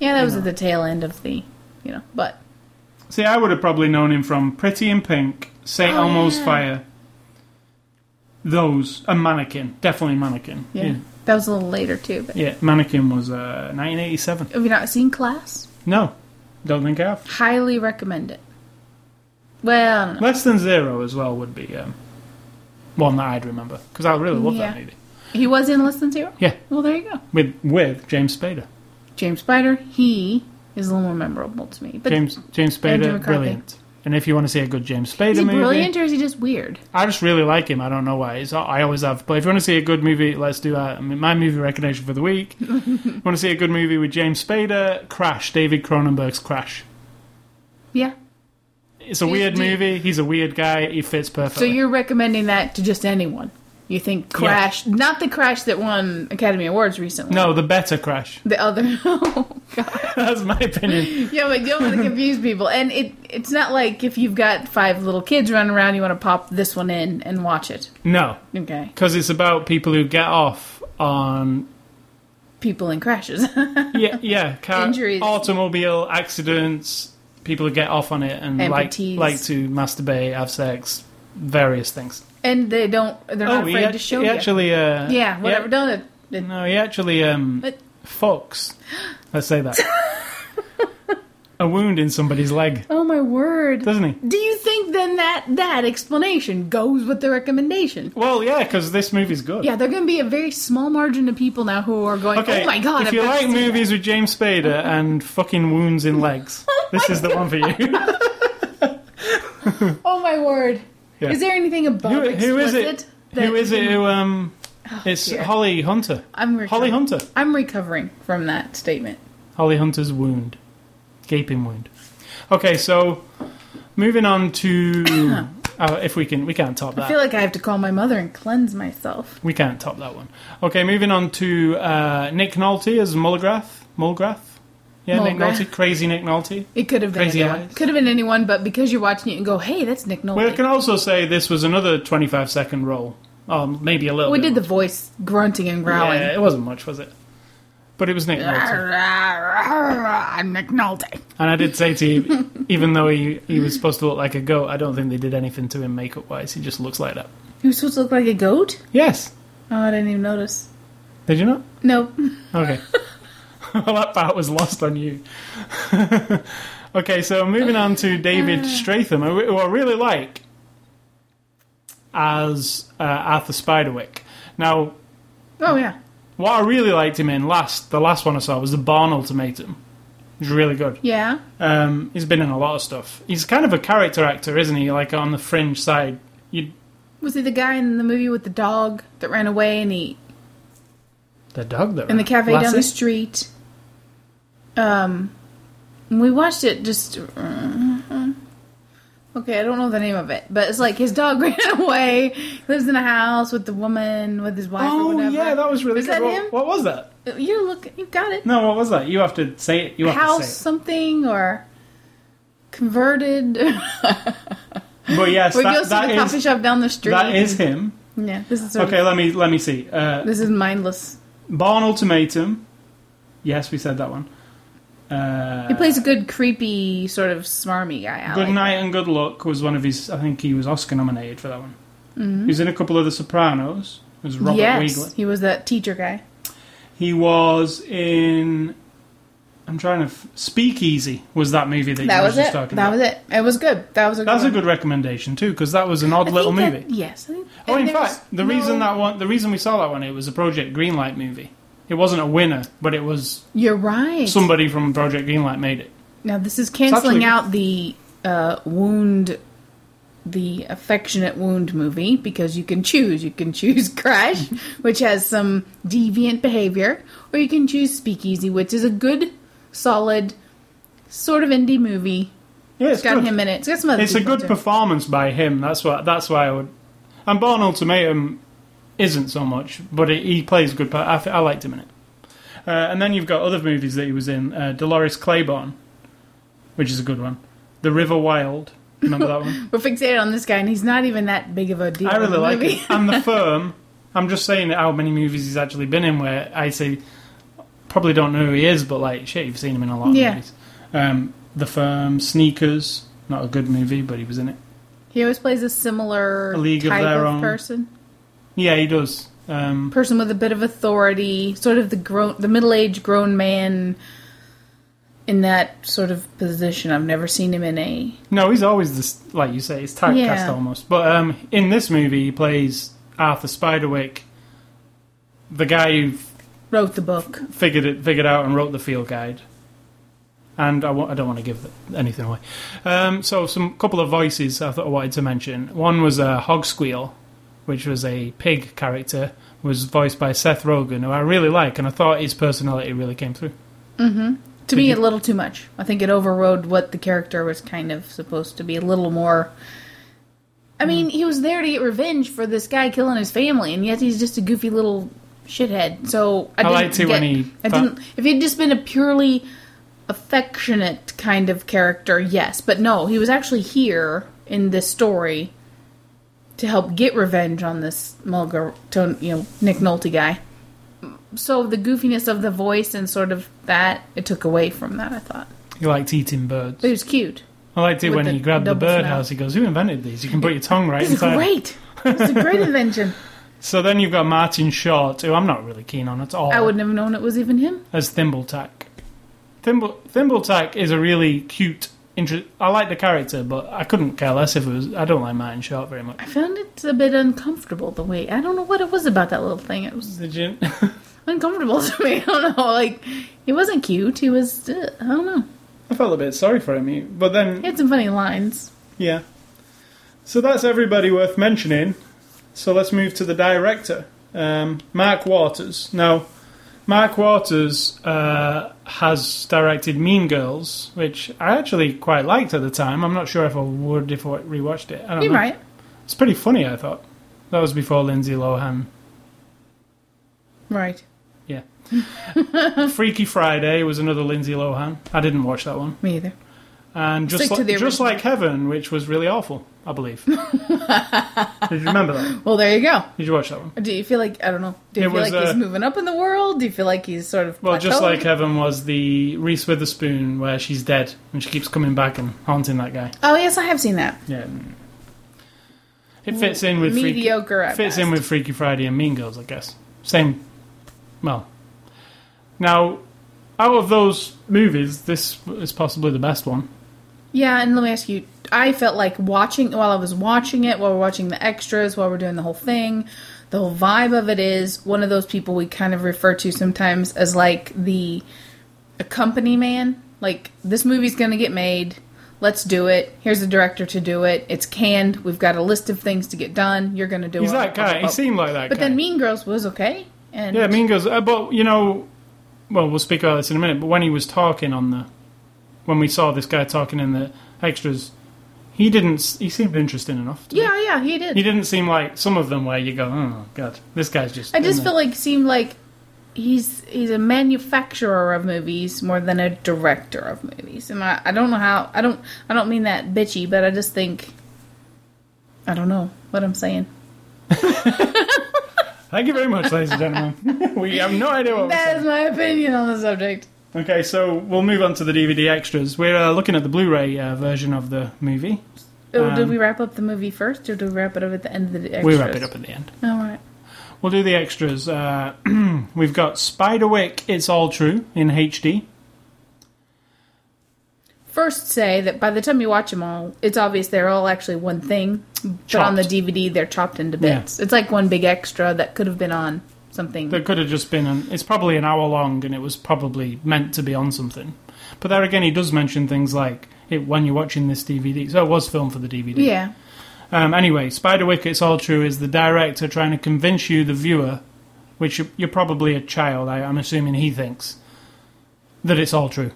Speaker 2: Yeah, that was at the tail end of the, you know, but
Speaker 1: See, I would have probably known him from Pretty in Pink, St.
Speaker 2: Oh,
Speaker 1: Elmo's
Speaker 2: yeah.
Speaker 1: Fire, those, a mannequin, definitely mannequin.
Speaker 2: yeah,
Speaker 1: yeah,
Speaker 2: that was a little later too. But
Speaker 1: Yeah, mannequin was uh, 1987.
Speaker 2: Have you not seen Class?
Speaker 1: No, don't think I have.
Speaker 2: Highly recommend it. Well, I don't know.
Speaker 1: Less than zero as well would be um, one that I'd remember because I really love that
Speaker 2: Yeah.
Speaker 1: movie.
Speaker 2: he was in Less Than Zero?
Speaker 1: Yeah,
Speaker 2: Well, there you go.
Speaker 1: with with James Spader.
Speaker 2: James Spider, he is a little more memorable to me. But
Speaker 1: James James
Speaker 2: Andrew
Speaker 1: Spader,
Speaker 2: McCarthy.
Speaker 1: brilliant. And if you want to see a good James Spader
Speaker 2: is he
Speaker 1: movie,
Speaker 2: brilliant or is he just weird?
Speaker 1: I just really like him. I don't know why. It's, I always have. But if you want to see a good movie, let's do uh, I mean, my movie recommendation for the week. want to see a good movie with James Spader? Crash. David Cronenberg's Crash.
Speaker 2: Yeah.
Speaker 1: It's a
Speaker 2: Do you-
Speaker 1: weird
Speaker 2: do you-
Speaker 1: movie. He's a weird guy. He fits
Speaker 2: So
Speaker 1: perfectly.
Speaker 2: you're recommending that to just anyone? You think Crash, not the Crash that won Academy Awards recently.
Speaker 1: no, the better Crash.
Speaker 2: The other. Oh, God.
Speaker 1: That's my opinion.
Speaker 2: Yeah, but you don't want to confuse people. And it it's not like if you've got five little kids running around, you want to pop this one in and watch it.
Speaker 1: No,
Speaker 2: Okay.
Speaker 1: because it's about people who get off on
Speaker 2: People in crashes.
Speaker 1: yeah, yeah, car,
Speaker 2: Injuries.
Speaker 1: automobile accidents. People who get off on it and like
Speaker 2: Amputees.
Speaker 1: like to masturbate, have sex, various things.
Speaker 2: and they don't they're not
Speaker 1: Oh, he
Speaker 2: afraid
Speaker 1: act-
Speaker 2: to show
Speaker 1: he
Speaker 2: you.
Speaker 1: actually uh,
Speaker 2: yeah,
Speaker 1: he
Speaker 2: whatever.
Speaker 1: act-
Speaker 2: Don't it,
Speaker 1: No, he actually um,
Speaker 2: But-
Speaker 1: fucks. Let's say that. a wound in somebody's leg,
Speaker 2: Oh my word.
Speaker 1: doesn't he?
Speaker 2: Do you think then that that explanation goes with the recommendation?
Speaker 1: Well, yeah, because this movie's good.
Speaker 2: Yeah, they're going to be a very small margin of people now who are going,
Speaker 1: Okay.
Speaker 2: "Oh my god,
Speaker 1: If
Speaker 2: I've
Speaker 1: you
Speaker 2: got to
Speaker 1: like
Speaker 2: see
Speaker 1: movies with James Spader and fucking wounds in legs,
Speaker 2: Oh
Speaker 1: this is the one for you.
Speaker 2: that." Oh my word.
Speaker 1: Yeah.
Speaker 2: Is there anything above
Speaker 1: Who- who is it?
Speaker 2: explicit that-
Speaker 1: who is it? Who um? It's
Speaker 2: Oh, dear.
Speaker 1: Holly Hunter.
Speaker 2: I'm
Speaker 1: Holly
Speaker 2: recovering.
Speaker 1: Hunter.
Speaker 2: I'm recovering from that statement.
Speaker 1: Holly Hunter's wound, gaping wound. Okay, so moving on to uh, if we can, we can't top that.
Speaker 2: I feel like I have to call my mother and cleanse myself.
Speaker 1: We can't top that one. Okay, moving on to uh, Nick Nolte as Mulgrath. Mulgrath? Yeah, Nick
Speaker 2: Mulgrew.
Speaker 1: Nolte, crazy Nick Nolte.
Speaker 2: It could have been
Speaker 1: Crazy
Speaker 2: anyone.
Speaker 1: eyes.
Speaker 2: Could have been anyone, but because you're watching it and go, "Hey, that's Nick Nolte."
Speaker 1: Well, I can also say this was another 25 second roll. Oh, maybe a little
Speaker 2: we
Speaker 1: bit.
Speaker 2: did the voice grunting and growling.
Speaker 1: Yeah, it wasn't much, was it? But it was Nick Nolte.
Speaker 2: I'm Nick Nolte.
Speaker 1: And I did say to you, even though he, he was supposed to look like a goat, I don't think they did anything to him makeup wise. He just looks like that.
Speaker 2: He was supposed to look like a goat.
Speaker 1: Yes.
Speaker 2: Oh, I didn't even notice.
Speaker 1: Did you not?
Speaker 2: No,
Speaker 1: Okay. well, that part was lost on you. okay, so moving on to David Stratham, who who I really like as uh, Arthur Spiderwick. Now,
Speaker 2: Oh yeah.
Speaker 1: what I really liked him in last, the last one I saw was the Barn Ultimatum. It was really good.
Speaker 2: Yeah.
Speaker 1: Um, he's been in a lot of stuff. He's kind of a character actor, isn't he? Like on the fringe side. You,
Speaker 2: Was he the guy in the movie with the dog that ran away and he
Speaker 1: the dog that
Speaker 2: in the cafe down the
Speaker 1: Lassie?
Speaker 2: street? Um, we watched it just. uh, Okay, I don't know the name of it, but it's like his dog ran away. Lives in a house with the woman with his wife or
Speaker 1: Oh
Speaker 2: whatever.
Speaker 1: yeah, that was really
Speaker 2: Was
Speaker 1: good.
Speaker 2: that
Speaker 1: what,
Speaker 2: him?
Speaker 1: what was that?
Speaker 2: you look, you got it.
Speaker 1: No, what was that? You have to say it. You have
Speaker 2: House
Speaker 1: to say
Speaker 2: something or converted.
Speaker 1: it. But yes,
Speaker 2: we
Speaker 1: that,
Speaker 2: goes to the
Speaker 1: that is
Speaker 2: coffee shop down the street.
Speaker 1: that is him.
Speaker 2: yeah. This is
Speaker 1: Okay, let me let me see. Uh,
Speaker 2: This is mindless.
Speaker 1: Barn Ultimatum. Yes, we said that one.
Speaker 2: He
Speaker 1: Uh,
Speaker 2: plays a good, creepy, sort of smarmy guy. I
Speaker 1: Good
Speaker 2: like.
Speaker 1: Night and Good Luck was one of his. I think he was Oscar nominated for that one. He was in a couple of The Sopranos. It was Robert
Speaker 2: Mm-hmm. yes,
Speaker 1: Wiegler.
Speaker 2: he was that teacher guy.
Speaker 1: He was in. I'm trying to. F- Speakeasy was that movie that,
Speaker 2: That
Speaker 1: you were
Speaker 2: was
Speaker 1: just
Speaker 2: it. That
Speaker 1: talking about.
Speaker 2: was it. It was good. That was a. Good
Speaker 1: That's a
Speaker 2: one.
Speaker 1: good recommendation too, because that was an odd
Speaker 2: I
Speaker 1: little
Speaker 2: think
Speaker 1: movie.
Speaker 2: That, yes. I think,
Speaker 1: Oh,
Speaker 2: and
Speaker 1: in
Speaker 2: there's
Speaker 1: fact, the
Speaker 2: no-
Speaker 1: reason that one, the reason we saw that one, it was a Project Greenlight movie. It wasn't a winner, but it was
Speaker 2: you're right.
Speaker 1: somebody from Project Greenlight made it.
Speaker 2: now this is
Speaker 1: actually-
Speaker 2: canceling out the uh, wound, the affectionate wound movie because you can choose. You can choose Crash, which has some deviant behavior, or you can choose Speakeasy, which is a good, solid, sort of indie movie.
Speaker 1: Yeah, it's,
Speaker 2: It's got
Speaker 1: good.
Speaker 2: him in it. It's got some other.
Speaker 1: It's a
Speaker 2: people,
Speaker 1: good
Speaker 2: too.
Speaker 1: performance by him. That's why. That's why I would. And Barn Ultimatum isn't so much, but it, he plays good. Part. I, th- I liked him in it. Uh, and then you've got other movies that he was in. Uh, Dolores Claiborne, which is a good one. The River Wild. Remember that one?
Speaker 2: We're fixated on this guy, and he's not even that big of a deal.
Speaker 1: I
Speaker 2: in
Speaker 1: really
Speaker 2: the
Speaker 1: like
Speaker 2: movie.
Speaker 1: it. And The Firm. I'm just saying how many movies he's actually been in where I say, probably don't know who he is, but like, shit, you've seen him in a lot of
Speaker 2: Yeah.
Speaker 1: movies. Um, the Firm, Sneakers, not a good movie, but he was in it.
Speaker 2: He always plays a similar
Speaker 1: A League of
Speaker 2: type
Speaker 1: Their
Speaker 2: of
Speaker 1: Own.
Speaker 2: person,
Speaker 1: Yeah, he does. Um,
Speaker 2: person with a bit of authority, sort of the grown, the middle-aged grown man in that sort of position. I've never seen him in a.
Speaker 1: no, he's always this, like you say, it's typecast
Speaker 2: Yeah.
Speaker 1: almost. But um, in this movie, he plays Arthur Spiderwick, the guy who
Speaker 2: Wrote the book.
Speaker 1: figured it figured out and wrote the field guide. And I w- I don't want to give th- anything away. Um, so some couple of voices I thought I wanted to mention. One was uh, Hog Squeal, which was a pig character, was voiced by Seth Rogen, who I really like, and I thought his personality really came through.
Speaker 2: To me, a little too much. I think it overrode what the character was kind of supposed to be. A little more. I mean, he was there to get revenge for this guy killing his family, and yet he's just a goofy little shithead. So I,
Speaker 1: I
Speaker 2: didn't
Speaker 1: liked it
Speaker 2: get,
Speaker 1: when he
Speaker 2: I
Speaker 1: thought-
Speaker 2: didn't. If he'd just been a purely affectionate kind of character, yes, but no, he was actually here in this story to help get revenge on this Mulgar, to, you know, Nick Nolte guy so the goofiness of the voice and sort of that it took away from that i thought
Speaker 1: He liked eating birds.
Speaker 2: but it was cute
Speaker 1: I liked it
Speaker 2: With
Speaker 1: when
Speaker 2: the
Speaker 1: he grabbed the
Speaker 2: double
Speaker 1: birdhouse. He goes, "Who invented these? You can put your tongue right
Speaker 2: this is
Speaker 1: inside."
Speaker 2: great it's a great invention
Speaker 1: So then you've got Martin Short, who I'm not really keen on at all.
Speaker 2: i wouldn't have known it was even him
Speaker 1: as Thimbletack. Thimble Thimbletack is a really cute. Inter- I like the character, but I couldn't care less if it was. I don't like Martin Short very much.
Speaker 2: i found it a bit uncomfortable the way i don't know what it was about that little thing it was
Speaker 1: Did you?
Speaker 2: uncomfortable to me i don't know like he wasn't cute he was uh, i don't know
Speaker 1: I felt a bit sorry for him, he- but
Speaker 2: he
Speaker 1: then
Speaker 2: had some funny lines
Speaker 1: yeah. So that's everybody worth mentioning. So let's move to the director, um, Mark Waters. Now, Mark Waters uh, has directed Mean Girls, which I actually quite liked at the time. I'm not sure if I would if I rewatched it. I don't
Speaker 2: you
Speaker 1: know.
Speaker 2: right
Speaker 1: It's pretty funny, I thought. That was before Lindsay Lohan.
Speaker 2: right
Speaker 1: Yeah. Freaky Friday was another Lindsay Lohan. I didn't watch that one.
Speaker 2: Me either.
Speaker 1: And just
Speaker 2: Stick to
Speaker 1: like,
Speaker 2: the
Speaker 1: just
Speaker 2: original.
Speaker 1: like Heaven, which was really awful, I believe. Did you remember that?
Speaker 2: Well, there you go.
Speaker 1: Did you watch that one?
Speaker 2: Do you feel like I don't know? Do you
Speaker 1: It
Speaker 2: feel
Speaker 1: was,
Speaker 2: like he's
Speaker 1: uh,
Speaker 2: moving up in the world? Do you feel like he's sort of
Speaker 1: Well, just
Speaker 2: plateaued?
Speaker 1: like uh, Heaven was the Reese Witherspoon where she's dead and she keeps coming back and haunting that guy.
Speaker 2: oh yes, I have seen that.
Speaker 1: Yeah. It fits in with
Speaker 2: Mediocre
Speaker 1: Freaky,
Speaker 2: at
Speaker 1: fits in
Speaker 2: best.
Speaker 1: with Freaky Friday and Mean Girls, I guess. Same. Well, now out of those movies, this is possibly the best one.
Speaker 2: Yeah, and let me ask you. I felt like watching while I was watching it, while we're watching the extras, while we're doing the whole thing. The whole vibe of it is one of those people we kind of refer to sometimes as like the a company man. Like this movie's going to get made. Let's do it. Here's the director to do it. It's canned. We've got a list of things to get done. You're going to do
Speaker 1: He's
Speaker 2: it.
Speaker 1: that guy. He seemed like that
Speaker 2: but
Speaker 1: guy.
Speaker 2: then Mean Girls was okay. And
Speaker 1: yeah, Mean Girls. Uh, but you know, well, we'll speak about this in a minute. But when he was talking on the, when we saw this guy talking in the extras, he didn't. s- He seemed interesting enough. to me.
Speaker 2: yeah, yeah, he did.
Speaker 1: He didn't seem like some of them where you go, oh god, this guy's just.
Speaker 2: I
Speaker 1: in
Speaker 2: just
Speaker 1: there."
Speaker 2: feel like seemed like he's he's a manufacturer of movies more than a director of movies. And I, I don't know how I don't I don't mean that bitchy, but I just think I don't know what I'm saying.
Speaker 1: Thank you very much, ladies and gentlemen. we have no idea what. we're
Speaker 2: That is my opinion on the subject.
Speaker 1: Okay, so we'll move on to the DVD extras. We're uh, looking at the Blu-ray uh, version of the movie.
Speaker 2: Oh, do
Speaker 1: Um,
Speaker 2: we wrap up the movie first, or do we wrap it up at the end of the extras?
Speaker 1: We wrap it up at the end.
Speaker 2: All right.
Speaker 1: We'll do the extras. Uh, we've got Spiderwick. It's all true in HD.
Speaker 2: First, say that by the time you watch them all, it's obvious they're all actually one thing, but on the
Speaker 1: Chopped.
Speaker 2: DVD they're chopped into bits. It's like one big extra that could have been on something.
Speaker 1: That could have just been. An, it's probably an hour long, and it was probably meant to be on something. But there again, he does mention things like it when you're watching this DVD. So it was filmed for the DVD.
Speaker 2: yeah.
Speaker 1: Um, anyway, Spiderwick, it's all true, is the director trying to convince you, the viewer, which you're, you're probably a child, I, I'm assuming he thinks, that it's all true.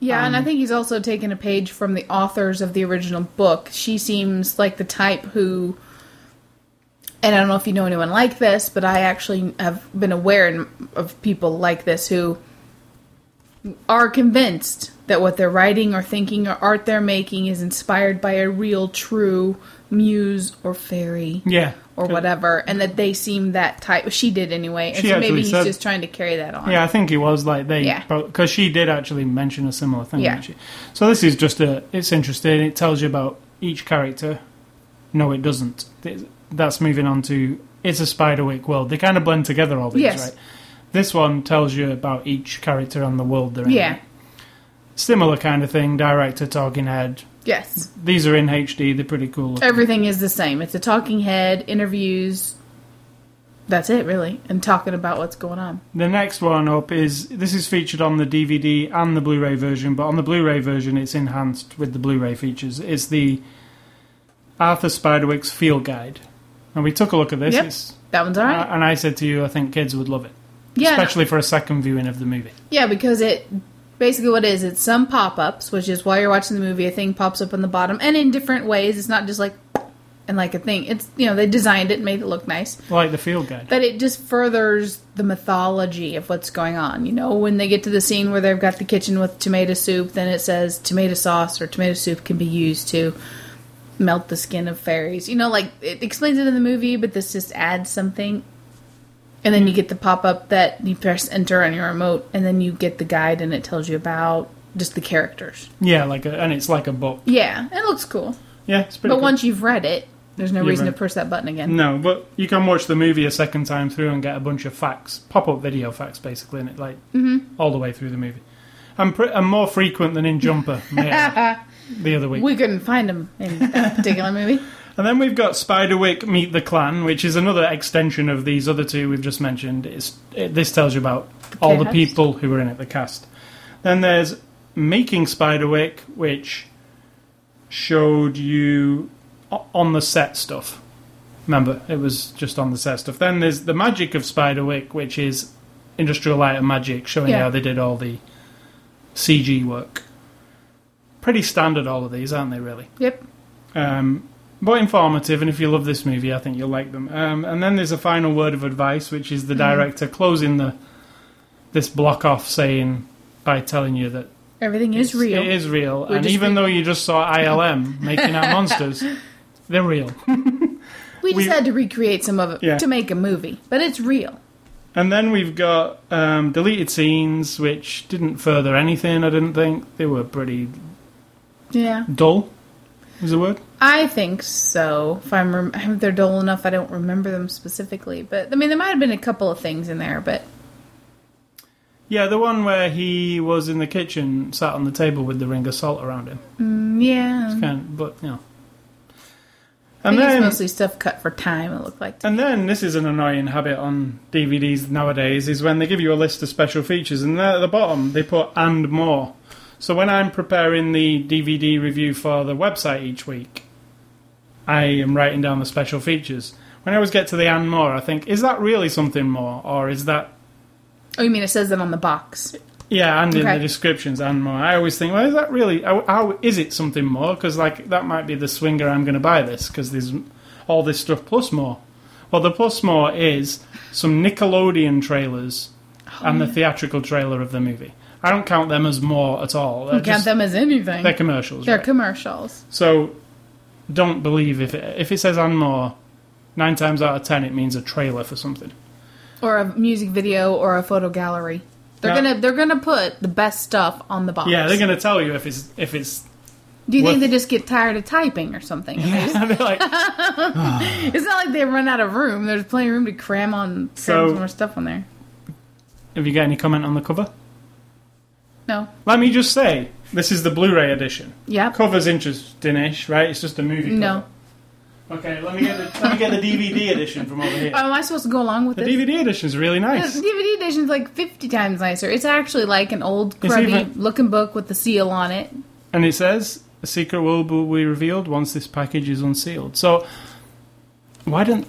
Speaker 2: Yeah,
Speaker 1: Um,
Speaker 2: and I think he's also taken a page from the authors of the original book. She seems like the type who, and I don't know if you know anyone like this, but I actually have been aware in- of people like this who are convinced that what they're writing or thinking or art they're making is inspired by a real, true muse or fairy
Speaker 1: Yeah.
Speaker 2: or whatever, and that they seem that type. She did anyway, and
Speaker 1: She
Speaker 2: so maybe
Speaker 1: actually
Speaker 2: he's
Speaker 1: said-
Speaker 2: just trying to carry that on.
Speaker 1: Yeah, I think it was like they.
Speaker 2: Yeah.
Speaker 1: Because she did actually mention a similar thing.
Speaker 2: Yeah.
Speaker 1: didn't she? So this is just a. It's interesting. It tells you about each character. No, it doesn't. Th- That's moving on to. It's a Spiderwick world. They kind of blend together, all these,
Speaker 2: Yes.
Speaker 1: right? This one tells you about each character and the world they're in.
Speaker 2: Yeah.
Speaker 1: Similar kind of thing, director, talking head.
Speaker 2: Yes.
Speaker 1: These are in HD, they're pretty cool. looking.
Speaker 2: everything is the same. It's a talking head, interviews. That's it, really, and talking about what's going on.
Speaker 1: The next one up is this is featured on the DVD and the Blu-ray version, but on the Blu-ray version it's enhanced with the Blu-ray features. It's the Arthur Spiderwick's Field Guide. And we took a look at this,
Speaker 2: Yep.
Speaker 1: it's,
Speaker 2: That one's all right.
Speaker 1: and I said to you, I think kids would love it,
Speaker 2: yeah, no-
Speaker 1: Uh, especially for a second viewing of the movie.
Speaker 2: yeah, because it basically what it is it's some pop-ups, which is while you're watching the movie, a thing pops up on the bottom, and in different ways. It's not just like and like a thing. It's you know they designed it, and made it look nice.
Speaker 1: Like the Field Guide.
Speaker 2: But it just furthers the mythology of what's going on. You know, when they get to the scene where they've got the kitchen with tomato soup, then it says tomato sauce or tomato soup can be used to melt the skin of fairies. You know, like it explains it in the movie, but this just adds something. And then you get the pop up that you press enter on your remote, and then you get the guide, and it tells you about just the characters.
Speaker 1: Yeah, like a, and it's like a book.
Speaker 2: Yeah, it looks cool.
Speaker 1: Yeah, it's pretty
Speaker 2: But
Speaker 1: cool.
Speaker 2: once you've read it, there's no
Speaker 1: You've
Speaker 2: reason to
Speaker 1: read Mm. it.
Speaker 2: push that button again.
Speaker 1: No, but you can watch the movie a second time through and get a bunch of facts, pop-up video facts, basically, and it like all the way through the movie, and, pre- and more frequent than in Jumper may I add, the other week.
Speaker 2: We couldn't find them in that particular movie.
Speaker 1: and then we've got Spiderwick Meet the Clan, which is another extension of these other two we've just mentioned. It's, it, this tells you about all the
Speaker 2: cast.
Speaker 1: people who were in it, the cast. Then there's Making Spiderwick, which showed you o- on the set stuff. Remember, it was just on the set stuff. Then there's the magic of Spiderwick, which is industrial light and magic, showing
Speaker 2: Yeah.
Speaker 1: you how they did all the CG work. Pretty standard, all of these, aren't they? Really.
Speaker 2: Yep.
Speaker 1: Um, but informative. And if you love this movie, I think you'll like them. Um, and then there's a final word of advice, which is the
Speaker 2: Hmm.
Speaker 1: director closing the this block off, saying by telling you that
Speaker 2: Everything is
Speaker 1: it's-
Speaker 2: real.
Speaker 1: It is real,
Speaker 2: We're
Speaker 1: and
Speaker 2: just
Speaker 1: even
Speaker 2: re-
Speaker 1: though you just saw ILM making out monsters, they're real.
Speaker 2: we just
Speaker 1: we-
Speaker 2: had to recreate some of it
Speaker 1: Yeah.
Speaker 2: to make a movie, but it's real.
Speaker 1: And then we've got um, deleted scenes, which didn't further anything. I didn't think they were pretty
Speaker 2: Yeah,
Speaker 1: dull. Is the word?
Speaker 2: I think so. If I'm, rem- if they're dull enough, I don't remember them specifically. But I mean, there might have been a couple of things in there, but
Speaker 1: Yeah, the one where he was in the kitchen, sat on the table with the ring of salt around him.
Speaker 2: mm, yeah,
Speaker 1: Kind of- but yeah.
Speaker 2: I
Speaker 1: And
Speaker 2: think
Speaker 1: then,
Speaker 2: it's mostly stuff cut for time. It looked like.
Speaker 1: and then this is an annoying habit on DVDs nowadays is when they give you a list of special features, and there at the bottom they put and more. So when I'm preparing the DVD review for the website each week, I am writing down the special features. When I always get to the and more, I think, is that really something more, or is that
Speaker 2: Oh, you mean it says that on the box?
Speaker 1: Yeah, and in
Speaker 2: Okay.
Speaker 1: the descriptions and more. I always think, well, is that really? How, how is it something more? Because like that might be the swinger I'm going to buy this because there's all this stuff plus more. Well, the plus more is some Nickelodeon trailers and the
Speaker 2: Oh.
Speaker 1: theatrical trailer of the movie. I don't count them as more at all. They're,
Speaker 2: You count
Speaker 1: Uh, just-
Speaker 2: them as anything.
Speaker 1: they're commercials.
Speaker 2: They're
Speaker 1: right?
Speaker 2: commercials.
Speaker 1: So don't believe if it, if it says and more. Nine times out of ten, it means a trailer for something.
Speaker 2: or a music video or a photo gallery. They're
Speaker 1: No.
Speaker 2: gonna they're gonna put the best stuff on the box.
Speaker 1: Yeah, they're going to tell you if it's if it's.
Speaker 2: Do you
Speaker 1: worth-
Speaker 2: think they just get tired of typing or something?
Speaker 1: they're like,
Speaker 2: It's not like they run out of room. There's plenty of room to cram on cram
Speaker 1: So-
Speaker 2: some more stuff on there.
Speaker 1: have you got any comment on the cover?
Speaker 2: No.
Speaker 1: Let me just say, this is the Blu-ray edition.
Speaker 2: Yep.
Speaker 1: Cover's interesting-ish, right? It's just a movie.
Speaker 2: No.
Speaker 1: Cover. Okay, let me get the let me get the DVD edition from over here.
Speaker 2: Oh, am I supposed to go along with
Speaker 1: the
Speaker 2: this?
Speaker 1: DVD edition's really nice.
Speaker 2: The DVD edition's like fifty times nicer. It's actually like an old
Speaker 1: It's
Speaker 2: grubby
Speaker 1: even-
Speaker 2: looking book with the seal on it.
Speaker 1: And it says, a secret will be revealed once this package is unsealed. So, why don't...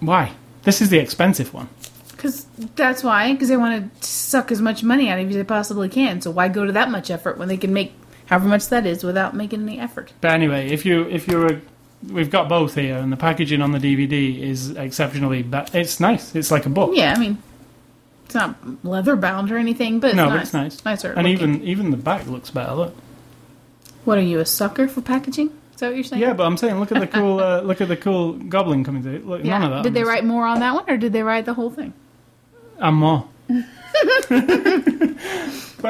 Speaker 1: Why? This is the expensive one.
Speaker 2: Because that's why. Because they want to suck as much money out of you as they possibly can. So why go to that much effort when they can make however much that is without making any effort?
Speaker 1: But anyway, if you if you're a... We've got both here, and the packaging on the DVD is exceptionally... Ba- it's nice. It's like a book.
Speaker 2: Yeah, I mean, it's not leather bound or anything, but it's
Speaker 1: No, but
Speaker 2: nice.
Speaker 1: it's nice.
Speaker 2: Nicer.
Speaker 1: and
Speaker 2: looking.
Speaker 1: even even the back looks better. Look.
Speaker 2: what are you a sucker for packaging? Is that what you're saying?
Speaker 1: Yeah, but I'm saying, look at the cool, uh, look at the cool goblin coming through. Look,
Speaker 2: Yeah.
Speaker 1: none of that.
Speaker 2: Did they write more on that one, or did they write the whole thing?
Speaker 1: And more. but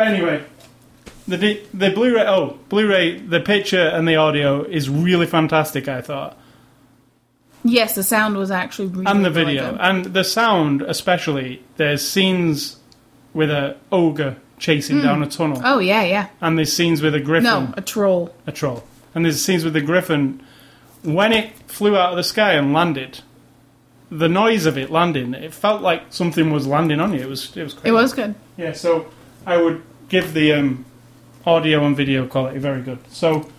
Speaker 1: anyway, the D- the Blu-ray. Oh, Blu-ray. The picture and the audio is really fantastic. I thought,
Speaker 2: Yes, the sound was actually really
Speaker 1: and the
Speaker 2: really
Speaker 1: video
Speaker 2: good.
Speaker 1: and the sound, especially. There's scenes with a ogre chasing down a tunnel,
Speaker 2: Oh yeah, yeah.
Speaker 1: and there's scenes with a griffin,
Speaker 2: No, a troll.
Speaker 1: a troll, and there's scenes with the griffin when it flew out of the sky and landed. The noise of it landing, it felt like something was landing on you. It was, it was crazy.
Speaker 2: It was good.
Speaker 1: Yeah, so I would give the um, audio and video quality very good. So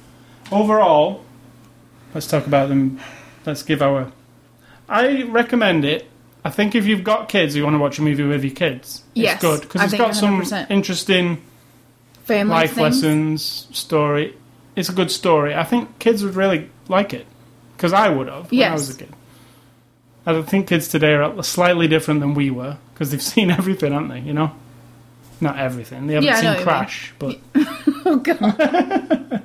Speaker 1: overall, let's talk about them. Let's give our. I recommend it. I think if you've got kids, you want to watch a movie with your kids.
Speaker 2: Yes,
Speaker 1: it's good because
Speaker 2: I
Speaker 1: it's
Speaker 2: think
Speaker 1: got some
Speaker 2: 100%.
Speaker 1: interesting
Speaker 2: Family
Speaker 1: life
Speaker 2: things.
Speaker 1: lessons story. It's a good story. I think kids would really like it because I would have when I
Speaker 2: Yes.
Speaker 1: was a kid. I don't think kids today are slightly different than we were because they've seen everything, haven't they? You know, not everything. They haven't
Speaker 2: Yeah, I know what you
Speaker 1: seen
Speaker 2: mean.
Speaker 1: Crash, but
Speaker 2: Oh god.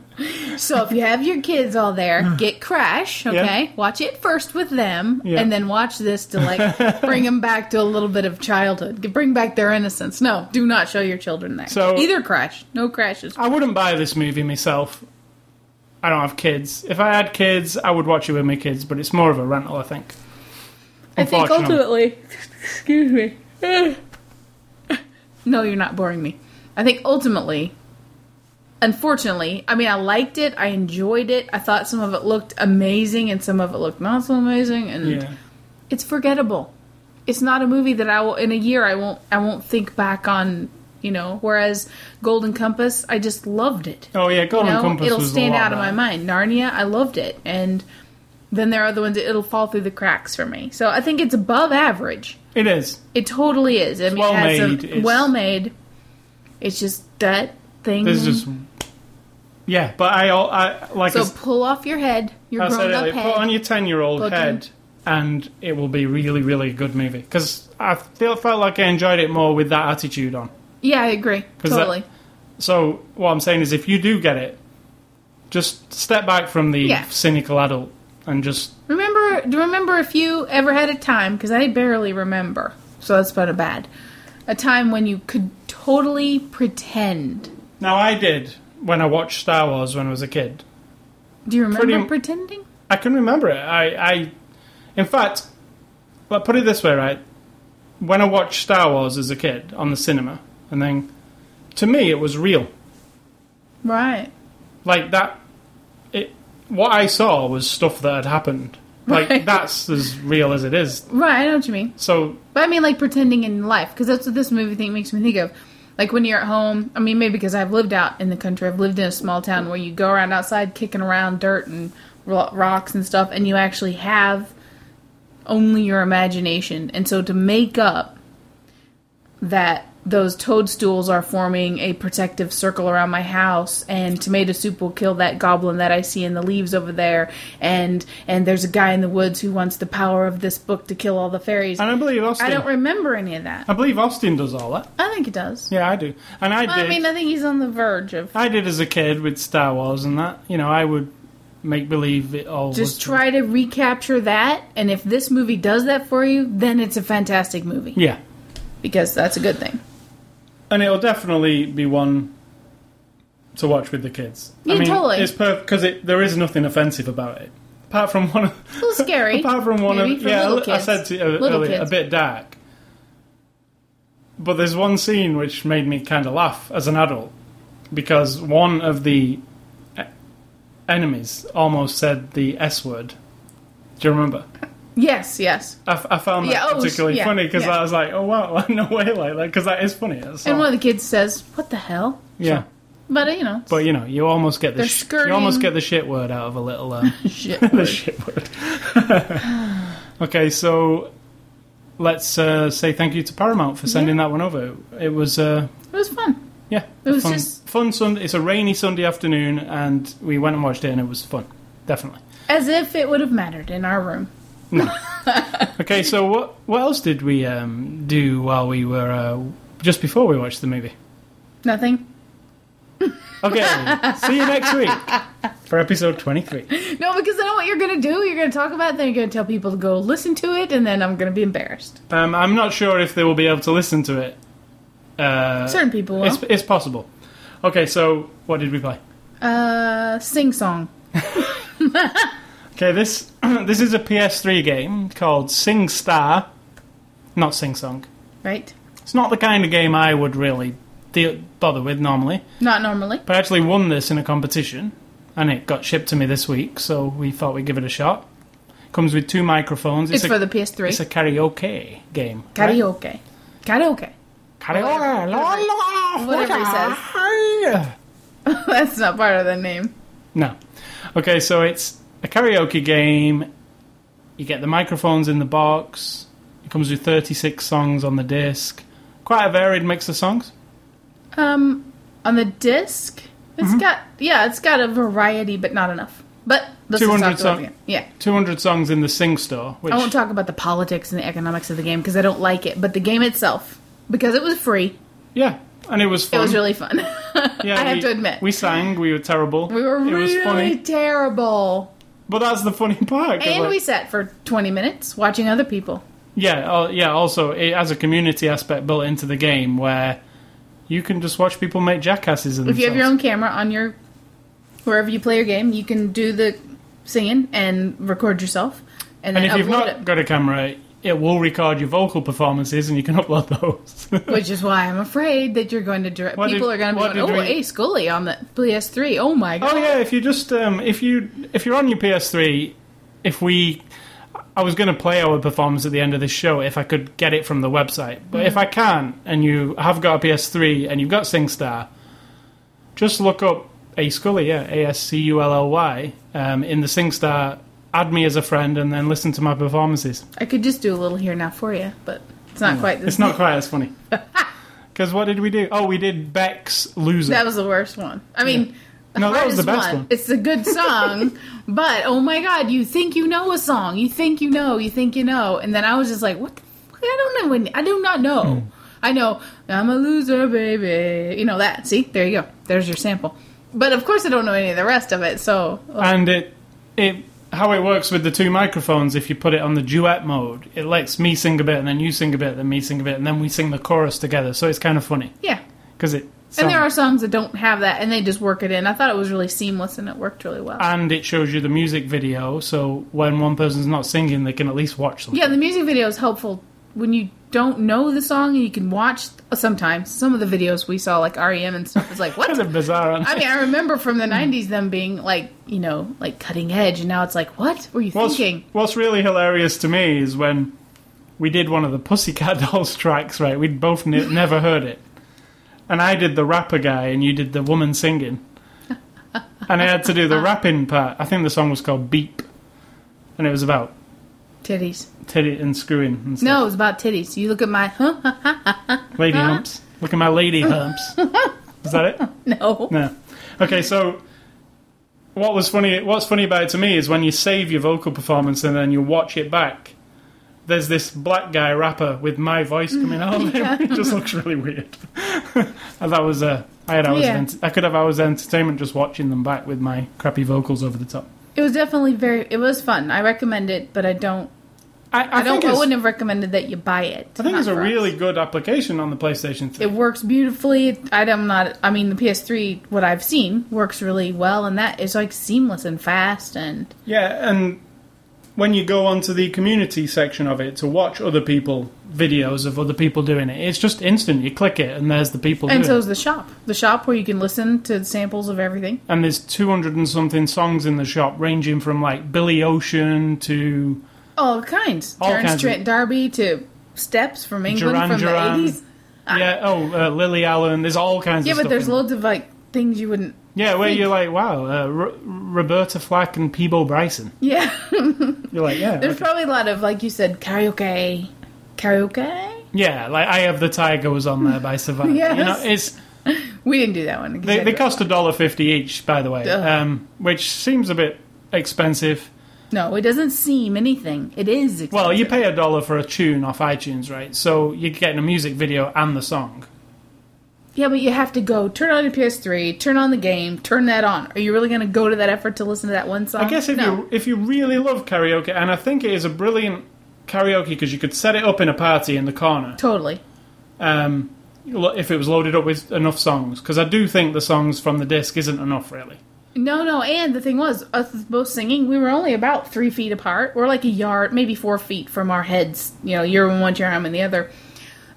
Speaker 2: so if you have your kids all there, get Crash, okay? Watch it first with them,
Speaker 1: Yeah.
Speaker 2: and then watch this to like bring them back to a little bit of childhood, Get- bring back their innocence. No, do not show your children that.
Speaker 1: So-
Speaker 2: Either Crash, no crashes.
Speaker 1: I wouldn't buy this movie myself. I don't have kids. If I had kids, I would watch it with my kids, but it's more of a rental, I think.
Speaker 2: I think
Speaker 1: Unfortunately.
Speaker 2: ultimately, excuse me. no, you're not boring me. I think ultimately, unfortunately, I mean, I liked it. I enjoyed it. I thought some of it looked amazing and some of it looked not so amazing. And
Speaker 1: Yeah.
Speaker 2: it's forgettable. It's not a movie that I will in a year I won't I won't think back on, you know. Whereas Golden Compass, I just loved it.
Speaker 1: Oh yeah,
Speaker 2: You
Speaker 1: Golden
Speaker 2: know,
Speaker 1: Compass
Speaker 2: it'll
Speaker 1: was a
Speaker 2: stand
Speaker 1: lot
Speaker 2: out of my
Speaker 1: better.
Speaker 2: mind. Narnia, I loved it, and then there are other ones that it'll fall through the cracks for me. So I think it's above average.
Speaker 1: It is.
Speaker 2: It totally is. I mean,
Speaker 1: well
Speaker 2: it has
Speaker 1: made.
Speaker 2: some-
Speaker 1: It's-
Speaker 2: well made. It's just that thing.
Speaker 1: There's just Yeah, but I, al- I like I
Speaker 2: Mm-hmm. So
Speaker 1: s-
Speaker 2: pull off your head, your
Speaker 1: I said
Speaker 2: grown up
Speaker 1: earlier, put on
Speaker 2: head.
Speaker 1: your ten-year-old
Speaker 2: Put on-
Speaker 1: head, and it will be really, really good movie. Because I feel felt like I enjoyed it more with that attitude on.
Speaker 2: Yeah, I agree.
Speaker 1: 'Cause that-
Speaker 2: Totally.
Speaker 1: So what I'm saying is, if you do get it, just step back from the
Speaker 2: Yeah.
Speaker 1: cynical adult and just
Speaker 2: Remember, do you remember if you ever had a time? Because I barely remember, so that's about a bad. A time when you could totally pretend.
Speaker 1: Now I did when I watched Star Wars when I was a kid.
Speaker 2: Do you remember
Speaker 1: Pretty-
Speaker 2: pretending?
Speaker 1: I can remember it. I, I in fact, well, put it this way, right? When I watched Star Wars as a kid on the cinema, and then to me it was real.
Speaker 2: Right.
Speaker 1: Like that, it what I saw was stuff that had happened. Like
Speaker 2: Right.
Speaker 1: that's as real as it is.
Speaker 2: Right, I know what you mean.
Speaker 1: So
Speaker 2: But I mean, like pretending in life, because that's what this movie thing makes me think of. Like when you're at home, I mean, maybe because I've lived out in the country, I've lived in a small town where you go around outside kicking around dirt and ro- rocks and stuff, and you actually have only your imagination. And so to make up that those toadstools are forming a protective circle around my house and tomato soup will kill that goblin that I see in the leaves over there and and there's a guy in the woods who wants the power of this book to kill all the fairies.
Speaker 1: and I believe Austin.
Speaker 2: I
Speaker 1: I,
Speaker 2: don't remember any of that.
Speaker 1: believe Austin does all that.
Speaker 2: I think it does.
Speaker 1: Yeah, I do. And I
Speaker 2: Well,
Speaker 1: did.
Speaker 2: I mean, I think he's on the verge of.
Speaker 1: I did as a kid with Star Wars and that. You know, I would make believe it all. was
Speaker 2: Just
Speaker 1: true.
Speaker 2: try to recapture that, and if this movie does that for you, then it's a fantastic movie
Speaker 1: Yeah.
Speaker 2: because that's a good thing.
Speaker 1: and it'll definitely be one to watch with the kids. I
Speaker 2: Yeah,
Speaker 1: mean,
Speaker 2: totally.
Speaker 1: It's perfect because it, there is nothing offensive about it, apart from one.
Speaker 2: It's a little scary.
Speaker 1: apart from one
Speaker 2: maybe
Speaker 1: of
Speaker 2: for
Speaker 1: yeah,
Speaker 2: little
Speaker 1: I- I
Speaker 2: kids.
Speaker 1: said to you uh, earlier,
Speaker 2: Little kids.
Speaker 1: a bit dark. But there's one scene which made me kind of laugh as an adult because one of the e- enemies almost said the S word. Do you remember?
Speaker 2: Yes, yes.
Speaker 1: I, f- I found that
Speaker 2: Yeah, oh,
Speaker 1: particularly
Speaker 2: yeah,
Speaker 1: funny because
Speaker 2: yeah.
Speaker 1: I was like, oh wow, no way like that because that is funny. That's
Speaker 2: And
Speaker 1: all.
Speaker 2: one of the kids says, "What the hell?"
Speaker 1: yeah.
Speaker 2: But uh, you know,
Speaker 1: But you know, you almost get the
Speaker 2: They're
Speaker 1: sh-
Speaker 2: skirting-
Speaker 1: you almost get the shit word out of a little um,
Speaker 2: shit.
Speaker 1: the shit word. okay, so let's uh, say thank you to Paramount for sending that one over. It was uh,
Speaker 2: It was fun.
Speaker 1: yeah,
Speaker 2: It was
Speaker 1: fun,
Speaker 2: just-
Speaker 1: fun Sunday. It's a rainy Sunday afternoon, and we went and watched it, and it was fun, definitely.
Speaker 2: As if it would have mattered in our room.
Speaker 1: Okay, so what what else did we um, do while we were uh, just before we watched the movie?
Speaker 2: Nothing.
Speaker 1: Okay, see you next week for episode twenty three.
Speaker 2: No, because I know what you're gonna do. You're gonna talk about it, then you're gonna tell people to go listen to it, and then I'm gonna be embarrassed.
Speaker 1: Um, I'm not sure if they will be able to listen to it. Uh,
Speaker 2: Certain people will.
Speaker 1: It's, it's possible. Okay, so what did we play?
Speaker 2: Uh, sing song.
Speaker 1: Okay, this this is a PS3 game called Sing Star, not Sing Song.
Speaker 2: Right?
Speaker 1: It's not the kind of game I would really deal, bother with normally,
Speaker 2: Not normally.
Speaker 1: but I actually won this in a competition, and it got shipped to me this week, so we thought we'd give it a shot. Comes with two microphones.
Speaker 2: It's,
Speaker 1: a,
Speaker 2: for the
Speaker 1: it's
Speaker 2: PS3.
Speaker 1: a karaoke game. right?
Speaker 2: karaoke. Karaoke.
Speaker 1: Karaoke. La, la,
Speaker 2: Whatever he says.
Speaker 1: yeah.
Speaker 2: That's not part of the name.
Speaker 1: No. Okay, so it's a karaoke game. You get the microphones in the box. It comes with 36 songs on the disc. Quite a varied mix of songs.
Speaker 2: Um, on the disc, it's
Speaker 1: Mm-hmm.
Speaker 2: got yeah, it's got a variety, but not enough. But let's just
Speaker 1: 200
Speaker 2: talk about
Speaker 1: song-
Speaker 2: the game. Yeah,
Speaker 1: 200 songs in the Sing Store, which
Speaker 2: I won't talk about the politics and the economics of the game because I don't like it. But the game itself, because it was free,
Speaker 1: yeah, and it was
Speaker 2: it
Speaker 1: fun.
Speaker 2: was really fun.
Speaker 1: yeah,
Speaker 2: I have
Speaker 1: we-
Speaker 2: to admit,
Speaker 1: we sang. We were terrible.
Speaker 2: we were
Speaker 1: it
Speaker 2: really
Speaker 1: was funny,
Speaker 2: terrible,
Speaker 1: but that's the funny part. 'cause,
Speaker 2: and
Speaker 1: like-
Speaker 2: we sat for twenty minutes watching other people.
Speaker 1: Yeah, uh, yeah. Also, it has a community aspect built into the game where you can just watch people make jackasses. Of
Speaker 2: If you have your
Speaker 1: themselves.
Speaker 2: own camera on your wherever you play your game, you can do the singing and record yourself, and then
Speaker 1: And if you've
Speaker 2: upload
Speaker 1: not got a camera, it will record your vocal performances and you can upload
Speaker 2: it.
Speaker 1: those.
Speaker 2: Which is why I'm afraid that you're going to direct
Speaker 1: What
Speaker 2: people
Speaker 1: did-
Speaker 2: are going to
Speaker 1: what
Speaker 2: be going,
Speaker 1: did
Speaker 2: "Oh,
Speaker 1: we-
Speaker 2: hey, Scully on the PS3. Oh my god!
Speaker 1: oh yeah, if you just um, if you if you're on your PS3, if we I was going to play our performance at the end of this show if I could get it from the website. But if I can't and you have got a PS3 and you've got SingStar, just look up A Scully, yeah, A S C U L L Y, um, in the SingStar, add me as a friend and then listen to my performances.
Speaker 2: I could just do a little here now for you, but it's not quite. The
Speaker 1: It's not quite as funny. Because what did we do? Oh, we did Beck's Loser.
Speaker 2: That was the worst one. I mean,
Speaker 1: No, that was the
Speaker 2: hardest
Speaker 1: best one.
Speaker 2: It's a good song, but oh my god, you think you know a song, you think you know, you think you know, and then I was just like, what? the fuck? I don't know. When, I do not know.
Speaker 1: Hmm.
Speaker 2: I know I'm a loser, baby. You know that. See, there you go. There's your sample. But of course, I don't know any of the rest of it. So
Speaker 1: and it it how it works with the two microphones if you put it on the duet mode it lets me sing a bit and then you sing a bit then me sing a bit and then we sing the chorus together so it's kind of funny
Speaker 2: yeah.
Speaker 1: because it
Speaker 2: And there are
Speaker 1: sounds-
Speaker 2: songs that don't have that, and they just work it in. I thought it was really seamless, and it worked really well.
Speaker 1: and it shows you the music video so when one person's not singing they can at least watch them
Speaker 2: Yeah, the music video is helpful when you don't know the song and you can watch sometimes some of the videos we saw like REM and stuff is like what
Speaker 1: kind of bizarre aren't
Speaker 2: I
Speaker 1: they?
Speaker 2: mean I remember from the 90s them being like you know like cutting edge and now it's like what were you
Speaker 1: what's,
Speaker 2: thinking
Speaker 1: what's really hilarious to me is when we did one of the pussycat dolls tracks right we'd both ne- never heard it and i did the rapper guy and you did the woman singing and i had to do the rapping part i think the song was called beep and it was about
Speaker 2: titties
Speaker 1: titty and screwing and stuff.
Speaker 2: no it was about titties you look at my huh
Speaker 1: lady humps look at my lady humps is that it
Speaker 2: no
Speaker 1: No. Okay, so what was funny? What's funny about it to me is when you save your vocal performance and then you watch it back. There's this black guy rapper with my voice
Speaker 2: Mm.
Speaker 1: coming out. of him. It just looks really weird. and that was Uh, I had hours. of
Speaker 2: Yeah.
Speaker 1: ent- I could have hours of entertainment just watching them back with my crappy vocals over the top.
Speaker 2: it was definitely very it was fun I recommend it but I don't
Speaker 1: I,
Speaker 2: I,
Speaker 1: I,
Speaker 2: don't
Speaker 1: think,
Speaker 2: I
Speaker 1: it's,
Speaker 2: wouldn't have recommended that you buy it
Speaker 1: I think
Speaker 2: Not
Speaker 1: it's a
Speaker 2: for us.
Speaker 1: really good application on the PlayStation 3.
Speaker 2: it works beautifully. I'm not. I mean, the PS3, what I've seen, works really well, and that is like seamless and fast. And
Speaker 1: Yeah, and when you go onto the community section of it to watch other people videos of other people doing it, it's just instant. You click it, and there's the people
Speaker 2: and
Speaker 1: doing
Speaker 2: so
Speaker 1: it.
Speaker 2: is the shop. The shop where you can listen to samples of everything.
Speaker 1: And there's 200 and something songs in the shop, ranging from like Billy Ocean to
Speaker 2: All kinds.
Speaker 1: All
Speaker 2: Turns
Speaker 1: kinds of-
Speaker 2: Trent D'Arby to steps from England
Speaker 1: Duran
Speaker 2: from
Speaker 1: Duran.
Speaker 2: the 80s.
Speaker 1: yeah, oh uh, Lily Allen. There's all kinds
Speaker 2: Ah. Yeah,
Speaker 1: of stuff.
Speaker 2: but there's
Speaker 1: in there.
Speaker 2: loads of like things you wouldn't.
Speaker 1: yeah, where you're like, wow, uh, R- Roberta Flack and Peebo Bryson.
Speaker 2: Yeah,
Speaker 1: You're like, yeah,
Speaker 2: there's
Speaker 1: okay.
Speaker 2: probably a lot of like you said karaoke, karaoke.
Speaker 1: yeah. Like I have the Tiger was on there by Savannah. You know,
Speaker 2: Yes.
Speaker 1: it's
Speaker 2: We didn't do that one. 'cause I
Speaker 1: They, they
Speaker 2: dro-
Speaker 1: cost a dollar fifty each, by the way,
Speaker 2: Ugh.
Speaker 1: um, which seems a bit expensive.
Speaker 2: no, it doesn't seem anything. It is. Expensive.
Speaker 1: Well, you pay a dollar for a tune off iTunes, right? So you're getting a music video and the song.
Speaker 2: Yeah, but you have to go turn on your PS3, turn on the game, turn that on. Are you really going to go to that effort to listen to that one song?
Speaker 1: I guess if
Speaker 2: Um, no.
Speaker 1: you if you really love karaoke, and I think it is a brilliant karaoke because you could set it up in a party in the corner
Speaker 2: totally.
Speaker 1: um, lo- if it was loaded up with enough songs. Because I do think the songs from the disc isn't enough, really.
Speaker 2: No, no. And the thing was, us both singing, we were only about three feet apart. We're like a yard, maybe four feet from our heads. You know, you're in one chair, I'm in the other.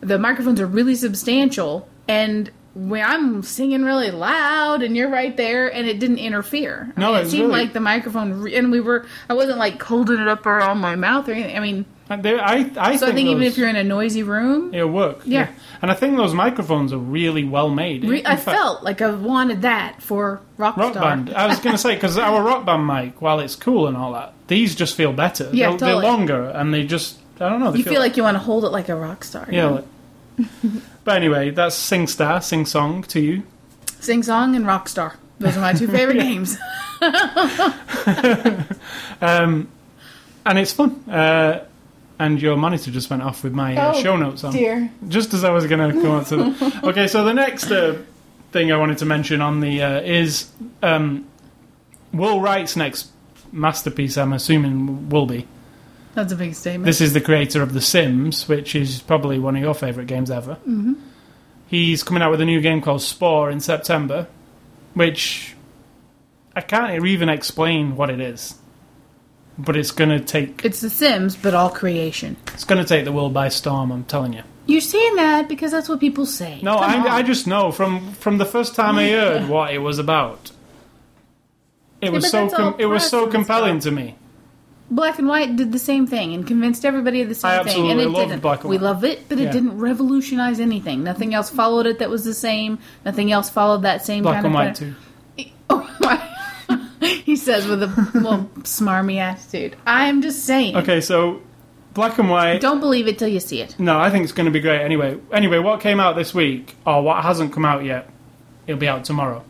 Speaker 2: The microphones are really substantial, and when I'm singing really loud, and you're right there, and it didn't interfere. I
Speaker 1: No,
Speaker 2: mean,
Speaker 1: it
Speaker 2: it seemed
Speaker 1: really-
Speaker 2: like the microphone, re- and we were. I wasn't like holding it up around my mouth or anything. I mean,
Speaker 1: And there, I I
Speaker 2: so I think even
Speaker 1: those-
Speaker 2: if you're in a noisy room,
Speaker 1: it'll work,
Speaker 2: Yeah.
Speaker 1: And I think those microphones are really well made.
Speaker 2: Re-
Speaker 1: In
Speaker 2: I
Speaker 1: fact-
Speaker 2: felt like I wanted that for Rockstar.
Speaker 1: rock band. I was going to say because our rock band mic, while it's cool and all that, these just feel better.
Speaker 2: Yeah,
Speaker 1: they're,
Speaker 2: totally.
Speaker 1: they're longer and they just I don't know. They
Speaker 2: You feel like you want to hold it like a rock star.
Speaker 1: yeah. Like, but anyway, that's Sing Star, Sing Song to you.
Speaker 2: Sing Song and Rockstar. Those are my two favorite games.
Speaker 1: and it's fun. Uh, and your monitor just went off with my uh,
Speaker 2: Oh,
Speaker 1: show notes on.
Speaker 2: dear.
Speaker 1: Just as I was going to come on to that. Okay, so the next uh, thing I wanted to mention on the uh, is um, Will Wright's next masterpiece. I'm assuming will be.
Speaker 2: That's a big statement.
Speaker 1: This is the creator of The Sims, which is probably one of your favourite games ever. Mm-hmm. He's coming out with a new game called Spore in September, which I can't even explain what it is. But it's gonna take
Speaker 2: it's The Sims, but all creation.
Speaker 1: it's gonna take the world by storm. I'm telling you.
Speaker 2: You're saying that because that's what people say.
Speaker 1: No,
Speaker 2: Come on.
Speaker 1: I, I just know from from the first time I heard what it was about. It was
Speaker 2: but
Speaker 1: so
Speaker 2: that's all
Speaker 1: com- it was
Speaker 2: press
Speaker 1: so
Speaker 2: and
Speaker 1: compelling to me.
Speaker 2: Black and White did the same thing and convinced everybody of the same
Speaker 1: I
Speaker 2: thing. And
Speaker 1: absolutely
Speaker 2: it
Speaker 1: loved
Speaker 2: didn't.
Speaker 1: Black and
Speaker 2: we
Speaker 1: White.
Speaker 2: love it, but
Speaker 1: Yeah.
Speaker 2: it didn't revolutionize anything. Nothing else followed it that was the same. Nothing else followed that same
Speaker 1: Black
Speaker 2: kind
Speaker 1: and
Speaker 2: of
Speaker 1: white
Speaker 2: pattern.
Speaker 1: too.
Speaker 2: Oh my. he says with a little smarmy attitude. I'm just saying.
Speaker 1: Okay, so black and white.
Speaker 2: Don't believe it till you see it.
Speaker 1: No, I think it's going to be great anyway. Anyway, what came out this week, or what hasn't come out yet, it'll be out tomorrow,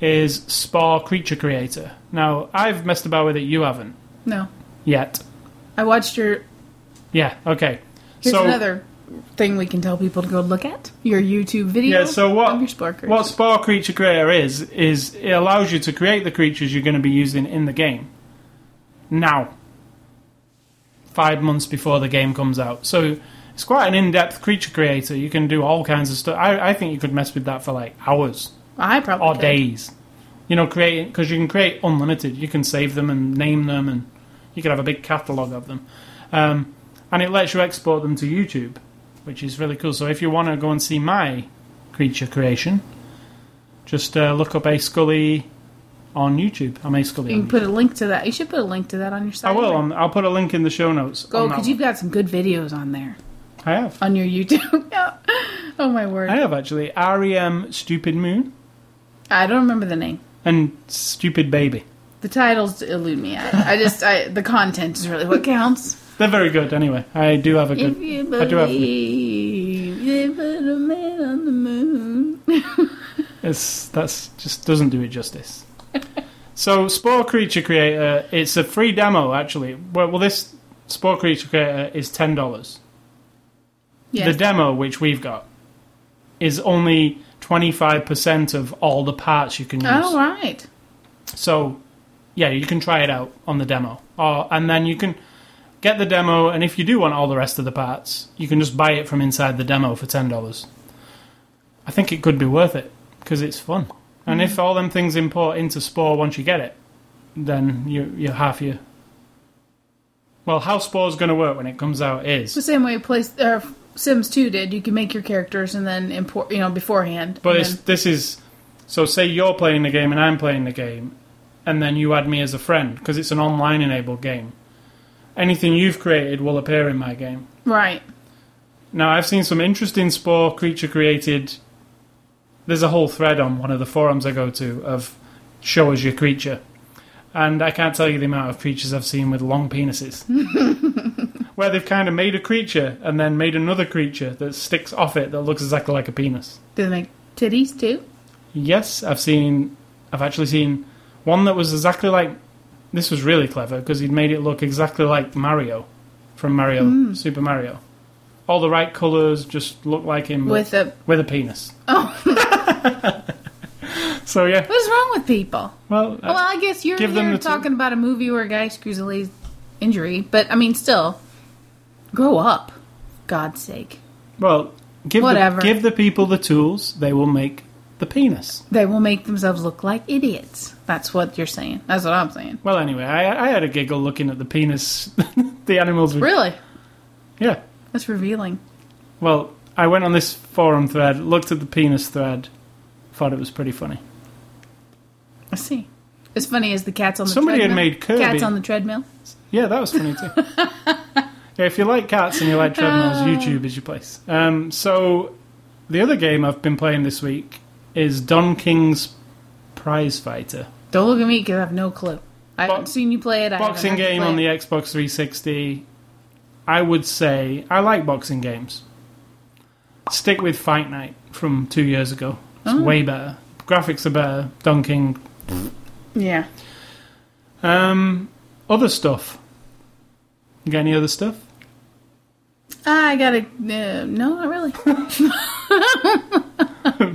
Speaker 1: is Spore Creature Creator. Now, I've messed about with it, you haven't
Speaker 2: No.
Speaker 1: yet.
Speaker 2: I watched your.
Speaker 1: Yeah, okay.
Speaker 2: Here's
Speaker 1: so,
Speaker 2: another thing we can tell people to go look at your YouTube video.
Speaker 1: Yeah, so what-
Speaker 2: Of your sparkers.
Speaker 1: what Spore Creature Creator is, is it allows you to create the creatures you're going to be using in the game. Now. Five months before the game comes out. So it's quite an in depth creature creator. You can do all kinds of stuff. I, I think you could mess with that for like hours.
Speaker 2: I probably.
Speaker 1: or
Speaker 2: could.
Speaker 1: days. You know, creating because you can create unlimited. You can save them and name them, and you can have a big catalog of them. Um, and it lets you export them to YouTube, which is really cool. So if you want to go and see my creature creation, just uh, look up A Scully on YouTube. I'm A Scully.
Speaker 2: You
Speaker 1: On
Speaker 2: can
Speaker 1: YouTube.
Speaker 2: put a link to that. You should put a link to that on your site.
Speaker 1: I will. i I'll put a link in the show notes.
Speaker 2: Go
Speaker 1: on that
Speaker 2: because you've got some good videos on there
Speaker 1: one. I have.
Speaker 2: on your YouTube. Yeah. oh my word!
Speaker 1: I have actually. REM Stupid Moon
Speaker 2: I don't remember the name.
Speaker 1: and Stupid Baby.
Speaker 2: The titles elude me. I, I just I, the content is really what counts.
Speaker 1: They're very good. Anyway, I do have a good.
Speaker 2: if you
Speaker 1: I do have.
Speaker 2: believe, they put a man on the moon.
Speaker 1: It's that's just doesn't do it justice. so Spore Creature Creator, it's a free demo actually. Well, well this Spore Creature Creator is ten dollars.
Speaker 2: yeah,
Speaker 1: The demo which we've got is only twenty five percent of all the parts you can use.
Speaker 2: Oh right.
Speaker 1: So, yeah, you can try it out on the demo, or, and then you can get the demo. And if you do want all the rest of the parts, you can just buy it from inside the demo for ten dollars. I think it could be worth it because it's fun. And if all them things import into Spore once you get it, then you you're half your. Well, how Spore's going to work when it comes out
Speaker 2: It's the
Speaker 1: is,
Speaker 2: same way place uh, Sims Two did. You can make your characters and then import, you know, beforehand.
Speaker 1: but
Speaker 2: and
Speaker 1: it's,
Speaker 2: then-
Speaker 1: this is. So say you're playing the game and I'm playing the game, and then you add me as a friend because it's an online enabled game. Anything you've created will appear in my game.
Speaker 2: right.
Speaker 1: Now I've seen some interesting spore creature created. There's a whole thread on one of the forums I go to of show us your creature, and I can't tell you the amount of creatures I've seen with long penises, where they've kind of made a creature and then made another creature that sticks off it that looks exactly like a penis.
Speaker 2: Do they make titties too?
Speaker 1: Yes, I've seen. I've actually seen one that was exactly like. This was really clever because he'd made it look exactly like Mario from Mario
Speaker 2: Hmm.
Speaker 1: Super Mario. All the right colours just looked like him but
Speaker 2: With a
Speaker 1: with a penis.
Speaker 2: oh,
Speaker 1: So yeah,
Speaker 2: what's wrong with people?
Speaker 1: well, uh,
Speaker 2: well, I guess you're
Speaker 1: give them
Speaker 2: here
Speaker 1: the t-
Speaker 2: talking about a movie where a guy screws a lady's injury, but I mean, still, grow up, God's sake.
Speaker 1: well, give
Speaker 2: Whatever.
Speaker 1: the, give the people the tools, they will make the penis.
Speaker 2: They will make themselves look like idiots. That's what you're saying. That's what I'm saying.
Speaker 1: Well, anyway, I, I had a giggle looking at the penis. the animals, were,
Speaker 2: Really,
Speaker 1: yeah.
Speaker 2: that's revealing.
Speaker 1: Well, I went on this forum thread, looked at the penis thread, thought it was pretty funny.
Speaker 2: I see. As funny as the cats on the
Speaker 1: Somebody had
Speaker 2: treadmill.
Speaker 1: made Kirby.
Speaker 2: Cats on the treadmill.
Speaker 1: Yeah, that was funny too. yeah, if you like cats and you like treadmills,
Speaker 2: Uh.
Speaker 1: YouTube is your place. Um, so, the other game I've been playing this week is Don King's Prize Fighter
Speaker 2: Don't look at me because I have no clue. I haven't
Speaker 1: Box-
Speaker 2: seen you play it. I
Speaker 1: boxing game on the Xbox 360. I would say I like boxing games. Stick with Fight Night from two years ago. It's
Speaker 2: Oh.
Speaker 1: way better. Graphics are better. Don King.
Speaker 2: the yeah.
Speaker 1: Um, other stuff. You got any other stuff?
Speaker 2: I gotta uh, no, not really.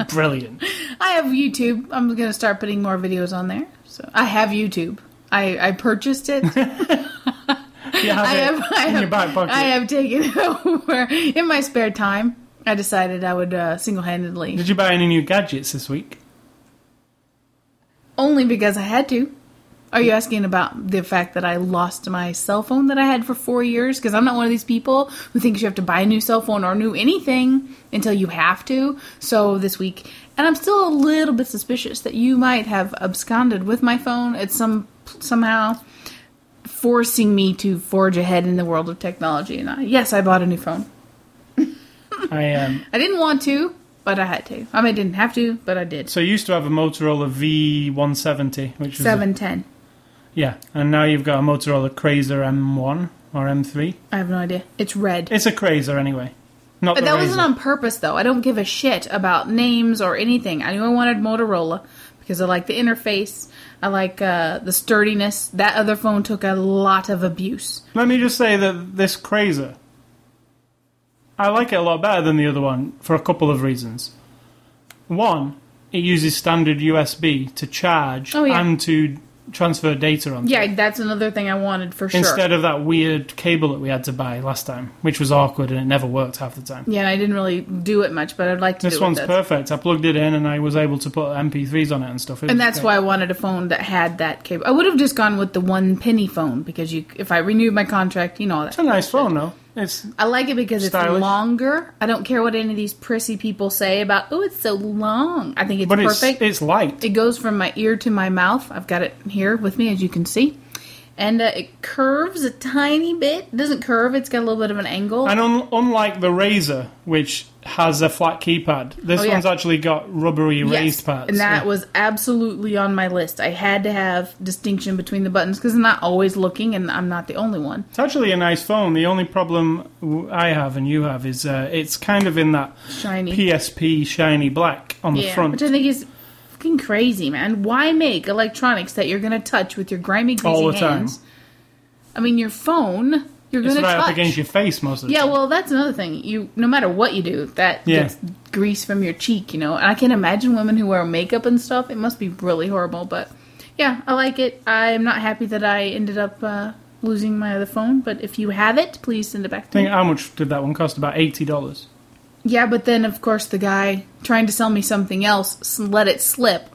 Speaker 1: Brilliant.
Speaker 2: I have YouTube. I'm gonna start putting more videos on there. So I have YouTube. I, I purchased it.
Speaker 1: You have
Speaker 2: I
Speaker 1: it
Speaker 2: have, I
Speaker 1: in
Speaker 2: have,
Speaker 1: your back pocket.
Speaker 2: I have taken it over in my spare time. I decided I would uh, single handedly
Speaker 1: Did you buy any new gadgets this week?
Speaker 2: only because I had to. Are you asking about the fact that I lost my cell phone that I had for four years? Because I'm not one of these people who thinks you have to buy a new cell phone or new anything until you have to. So this week, and I'm still a little bit suspicious that you might have absconded with my phone at some somehow, forcing me to forge ahead in the world of technology. And I, yes, I bought a new phone.
Speaker 1: I um,
Speaker 2: I didn't want to, but I had to. I mean, I didn't have to, but I did.
Speaker 1: so I used to have a Motorola V170, which was a-
Speaker 2: 710.
Speaker 1: yeah, and now you've got a Motorola Crazer M1 or M3.
Speaker 2: I have no idea. It's red.
Speaker 1: It's a Crazer anyway, not
Speaker 2: But
Speaker 1: the
Speaker 2: that
Speaker 1: Razr.
Speaker 2: wasn't on purpose, though. I don't give a shit about names or anything. I knew I wanted Motorola because I like the interface. I like uh, the sturdiness. That other phone took a lot of abuse.
Speaker 1: Let me just say that this Crazer, I like it a lot better than the other one for a couple of reasons. One, it uses standard USB to charge
Speaker 2: Oh, yeah.
Speaker 1: and to transfer data on.
Speaker 2: Yeah, that's another thing I wanted for sure.
Speaker 1: Instead of that weird cable that we had to buy last time, which was awkward and it never worked half the time.
Speaker 2: yeah, and I didn't really do it much, but I'd like to
Speaker 1: This
Speaker 2: do it
Speaker 1: one's
Speaker 2: with this.
Speaker 1: perfect. I plugged it in and I was able to put MP3s on it and stuff. It
Speaker 2: And
Speaker 1: was
Speaker 2: that's
Speaker 1: great.
Speaker 2: why I wanted a phone that had that cable. I would have just gone with the one penny phone because you, if I renewed my contract, you know all that.
Speaker 1: It's a nice phone, though. It's
Speaker 2: I like it because
Speaker 1: Stylish.
Speaker 2: it's longer. I don't care what any of these prissy people say about, oh, it's so long. I think it's
Speaker 1: but it's
Speaker 2: perfect.
Speaker 1: it's light.
Speaker 2: it goes from my ear to my mouth. I've got it here with me, as you can see. And uh, it curves a tiny bit. It doesn't curve, it's got a little bit of an angle.
Speaker 1: And un- unlike the Razer, which has a flat keypad, this
Speaker 2: Oh, yeah.
Speaker 1: one's actually got rubbery
Speaker 2: Yes,
Speaker 1: raised parts.
Speaker 2: And that
Speaker 1: Yeah.
Speaker 2: was absolutely on my list. I had to have distinction between the buttons because I'm not always looking and I'm not the only one.
Speaker 1: It's actually a nice phone. The only problem w- I have and you have is uh, it's kind of in that
Speaker 2: Shiny.
Speaker 1: PSP shiny black on the
Speaker 2: yeah,
Speaker 1: front.
Speaker 2: Which I think is fucking crazy, man. Why make electronics that you're going to touch with your grimy, greasy
Speaker 1: All the time.
Speaker 2: hands? I mean, your phone, you're
Speaker 1: It's
Speaker 2: going to
Speaker 1: right up
Speaker 2: touch.
Speaker 1: against your face most of the
Speaker 2: yeah,
Speaker 1: time.
Speaker 2: well, that's another thing. You, no matter what you do, that
Speaker 1: Yeah.
Speaker 2: gets grease from your cheek. You know, and I can imagine women who wear makeup and stuff. It must be really horrible, but yeah, I like it. I'm not happy that I ended up uh, losing my other phone, but if you have it, please send it back to me.
Speaker 1: Think how much did that one cost? About eighty dollars.
Speaker 2: Yeah, but then of course the guy trying to sell me something else s- let it slip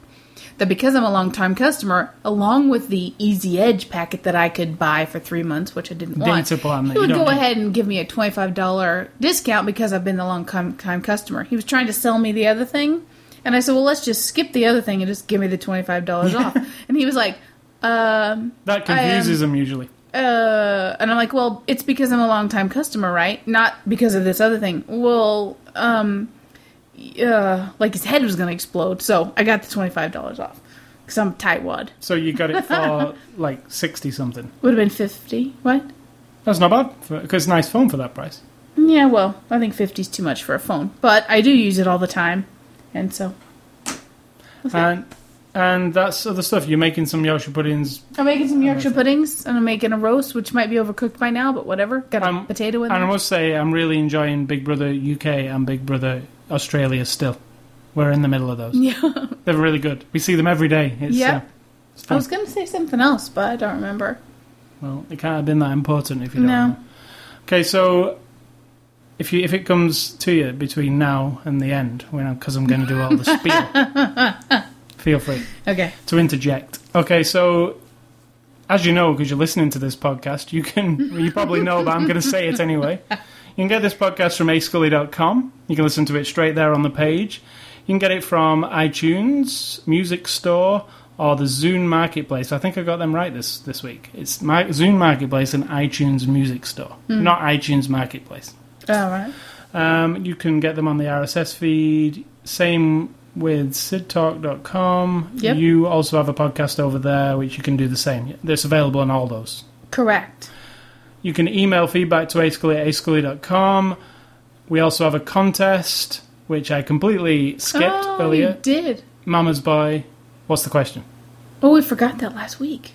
Speaker 2: that because I'm a long time customer, along with the Easy Edge packet that I could buy for three months, which I didn't want,
Speaker 1: Data plan that
Speaker 2: he
Speaker 1: you
Speaker 2: would
Speaker 1: don't
Speaker 2: go
Speaker 1: need.
Speaker 2: ahead and give me a twenty five dollar discount because I've been a long time time customer. He was trying to sell me the other thing, and I said, "Well, let's just skip the other thing and just give me the twenty five dollars off." And he was like, "Um."
Speaker 1: That
Speaker 2: I, um,
Speaker 1: confuses them usually.
Speaker 2: uh, and I'm like, well, it's because I'm a long time customer, right? Not because of this other thing. Well, um, uh, like his head was gonna explode, so I got the twenty five dollars off because I'm tightwad.
Speaker 1: So you got it for like sixty something.
Speaker 2: Would have been fifty. What?
Speaker 1: That's not bad because it's a nice phone for that price.
Speaker 2: Yeah, well, I think 50's too much for a phone, but I do use it all the time, and so
Speaker 1: And and that's other stuff. You're making some Yorkshire puddings,
Speaker 2: I'm making some Yorkshire puddings, and I'm making a roast, which might be overcooked by now, but whatever. Got a
Speaker 1: Um,
Speaker 2: potato in
Speaker 1: and I
Speaker 2: there.
Speaker 1: must say I'm really enjoying Big Brother UK and Big Brother Australia. Still, we're in the middle of those.
Speaker 2: Yeah,
Speaker 1: They're really good. We see them every day. It's,
Speaker 2: Mm. Yeah.
Speaker 1: Uh, it's
Speaker 2: I
Speaker 1: fun.
Speaker 2: was gonna say something else, but I don't remember.
Speaker 1: Well, it can't have been that important if you don't.
Speaker 2: No.
Speaker 1: know. Okay, so if you if it comes to you between now and the end, when because I'm going to do all the spiel, feel free
Speaker 2: Okay.
Speaker 1: to interject. Okay, so as you know, because you're listening to this podcast, you can you probably know, but I'm going to say it anyway. You can get this podcast from ascully.com. You can listen to it straight there on the page. You can get it from iTunes, Music Store, or the Zune Marketplace. I think I got them right this, this week. It's my, Zune Marketplace and iTunes Music Store, not iTunes Marketplace.
Speaker 2: All right.
Speaker 1: Um, you can get them on the RSS feed. Same with sidtalk.com.
Speaker 2: Yep.
Speaker 1: You also have a podcast over there, which you can do the same. It's available on all those.
Speaker 2: Correct.
Speaker 1: You can email feedback to ascully at ascully.com. We also have a contest, which I completely skipped
Speaker 2: oh,
Speaker 1: earlier.
Speaker 2: You did.
Speaker 1: Mama's Boy. What's the question?
Speaker 2: Oh, we forgot that last week.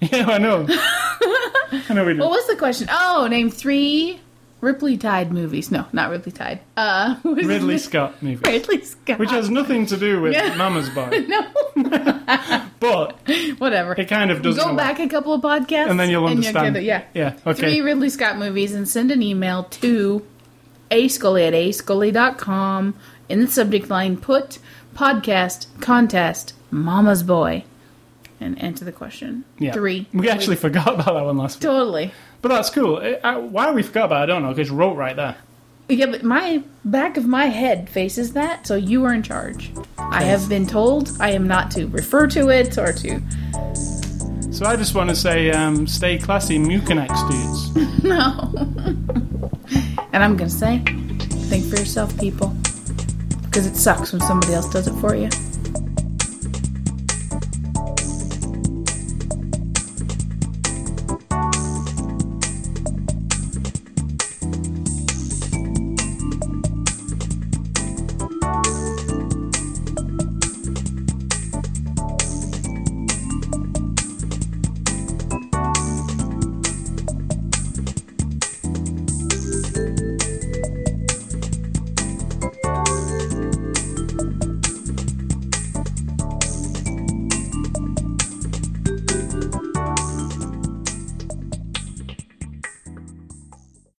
Speaker 1: Yeah, I know. I know we did.
Speaker 2: What was the question? Oh, name three Ripley Tide movies. No, not Ripley Tide. Uh, what is
Speaker 1: Ridley
Speaker 2: it?
Speaker 1: Scott movie.
Speaker 2: Ridley Scott.
Speaker 1: Which has nothing to do with
Speaker 2: Yeah.
Speaker 1: Mama's Boy,
Speaker 2: no,
Speaker 1: but
Speaker 2: whatever.
Speaker 1: it kind of does. in a
Speaker 2: Go
Speaker 1: way.
Speaker 2: back a couple of podcasts,
Speaker 1: and then you'll understand.
Speaker 2: get it. yeah.
Speaker 1: Yeah. Okay.
Speaker 2: Three Ridley Scott movies, and send an email to ascully at ascully.com. In the subject line, put podcast contest Mama's Boy, and answer the question.
Speaker 1: Yeah.
Speaker 2: Three.
Speaker 1: We actually forgot about that one last week.
Speaker 2: totally.
Speaker 1: But that's cool. I, I, why we forgot about it, I don't know, because wrote right there.
Speaker 2: Yeah, but my back of my head faces that, so you are in charge. I have been told I am not to refer to it or to.
Speaker 1: So I just want to say, um, stay classy, Mucinex dudes.
Speaker 2: No. and I'm going to say, think for yourself, people. Because it sucks when somebody else does it for you.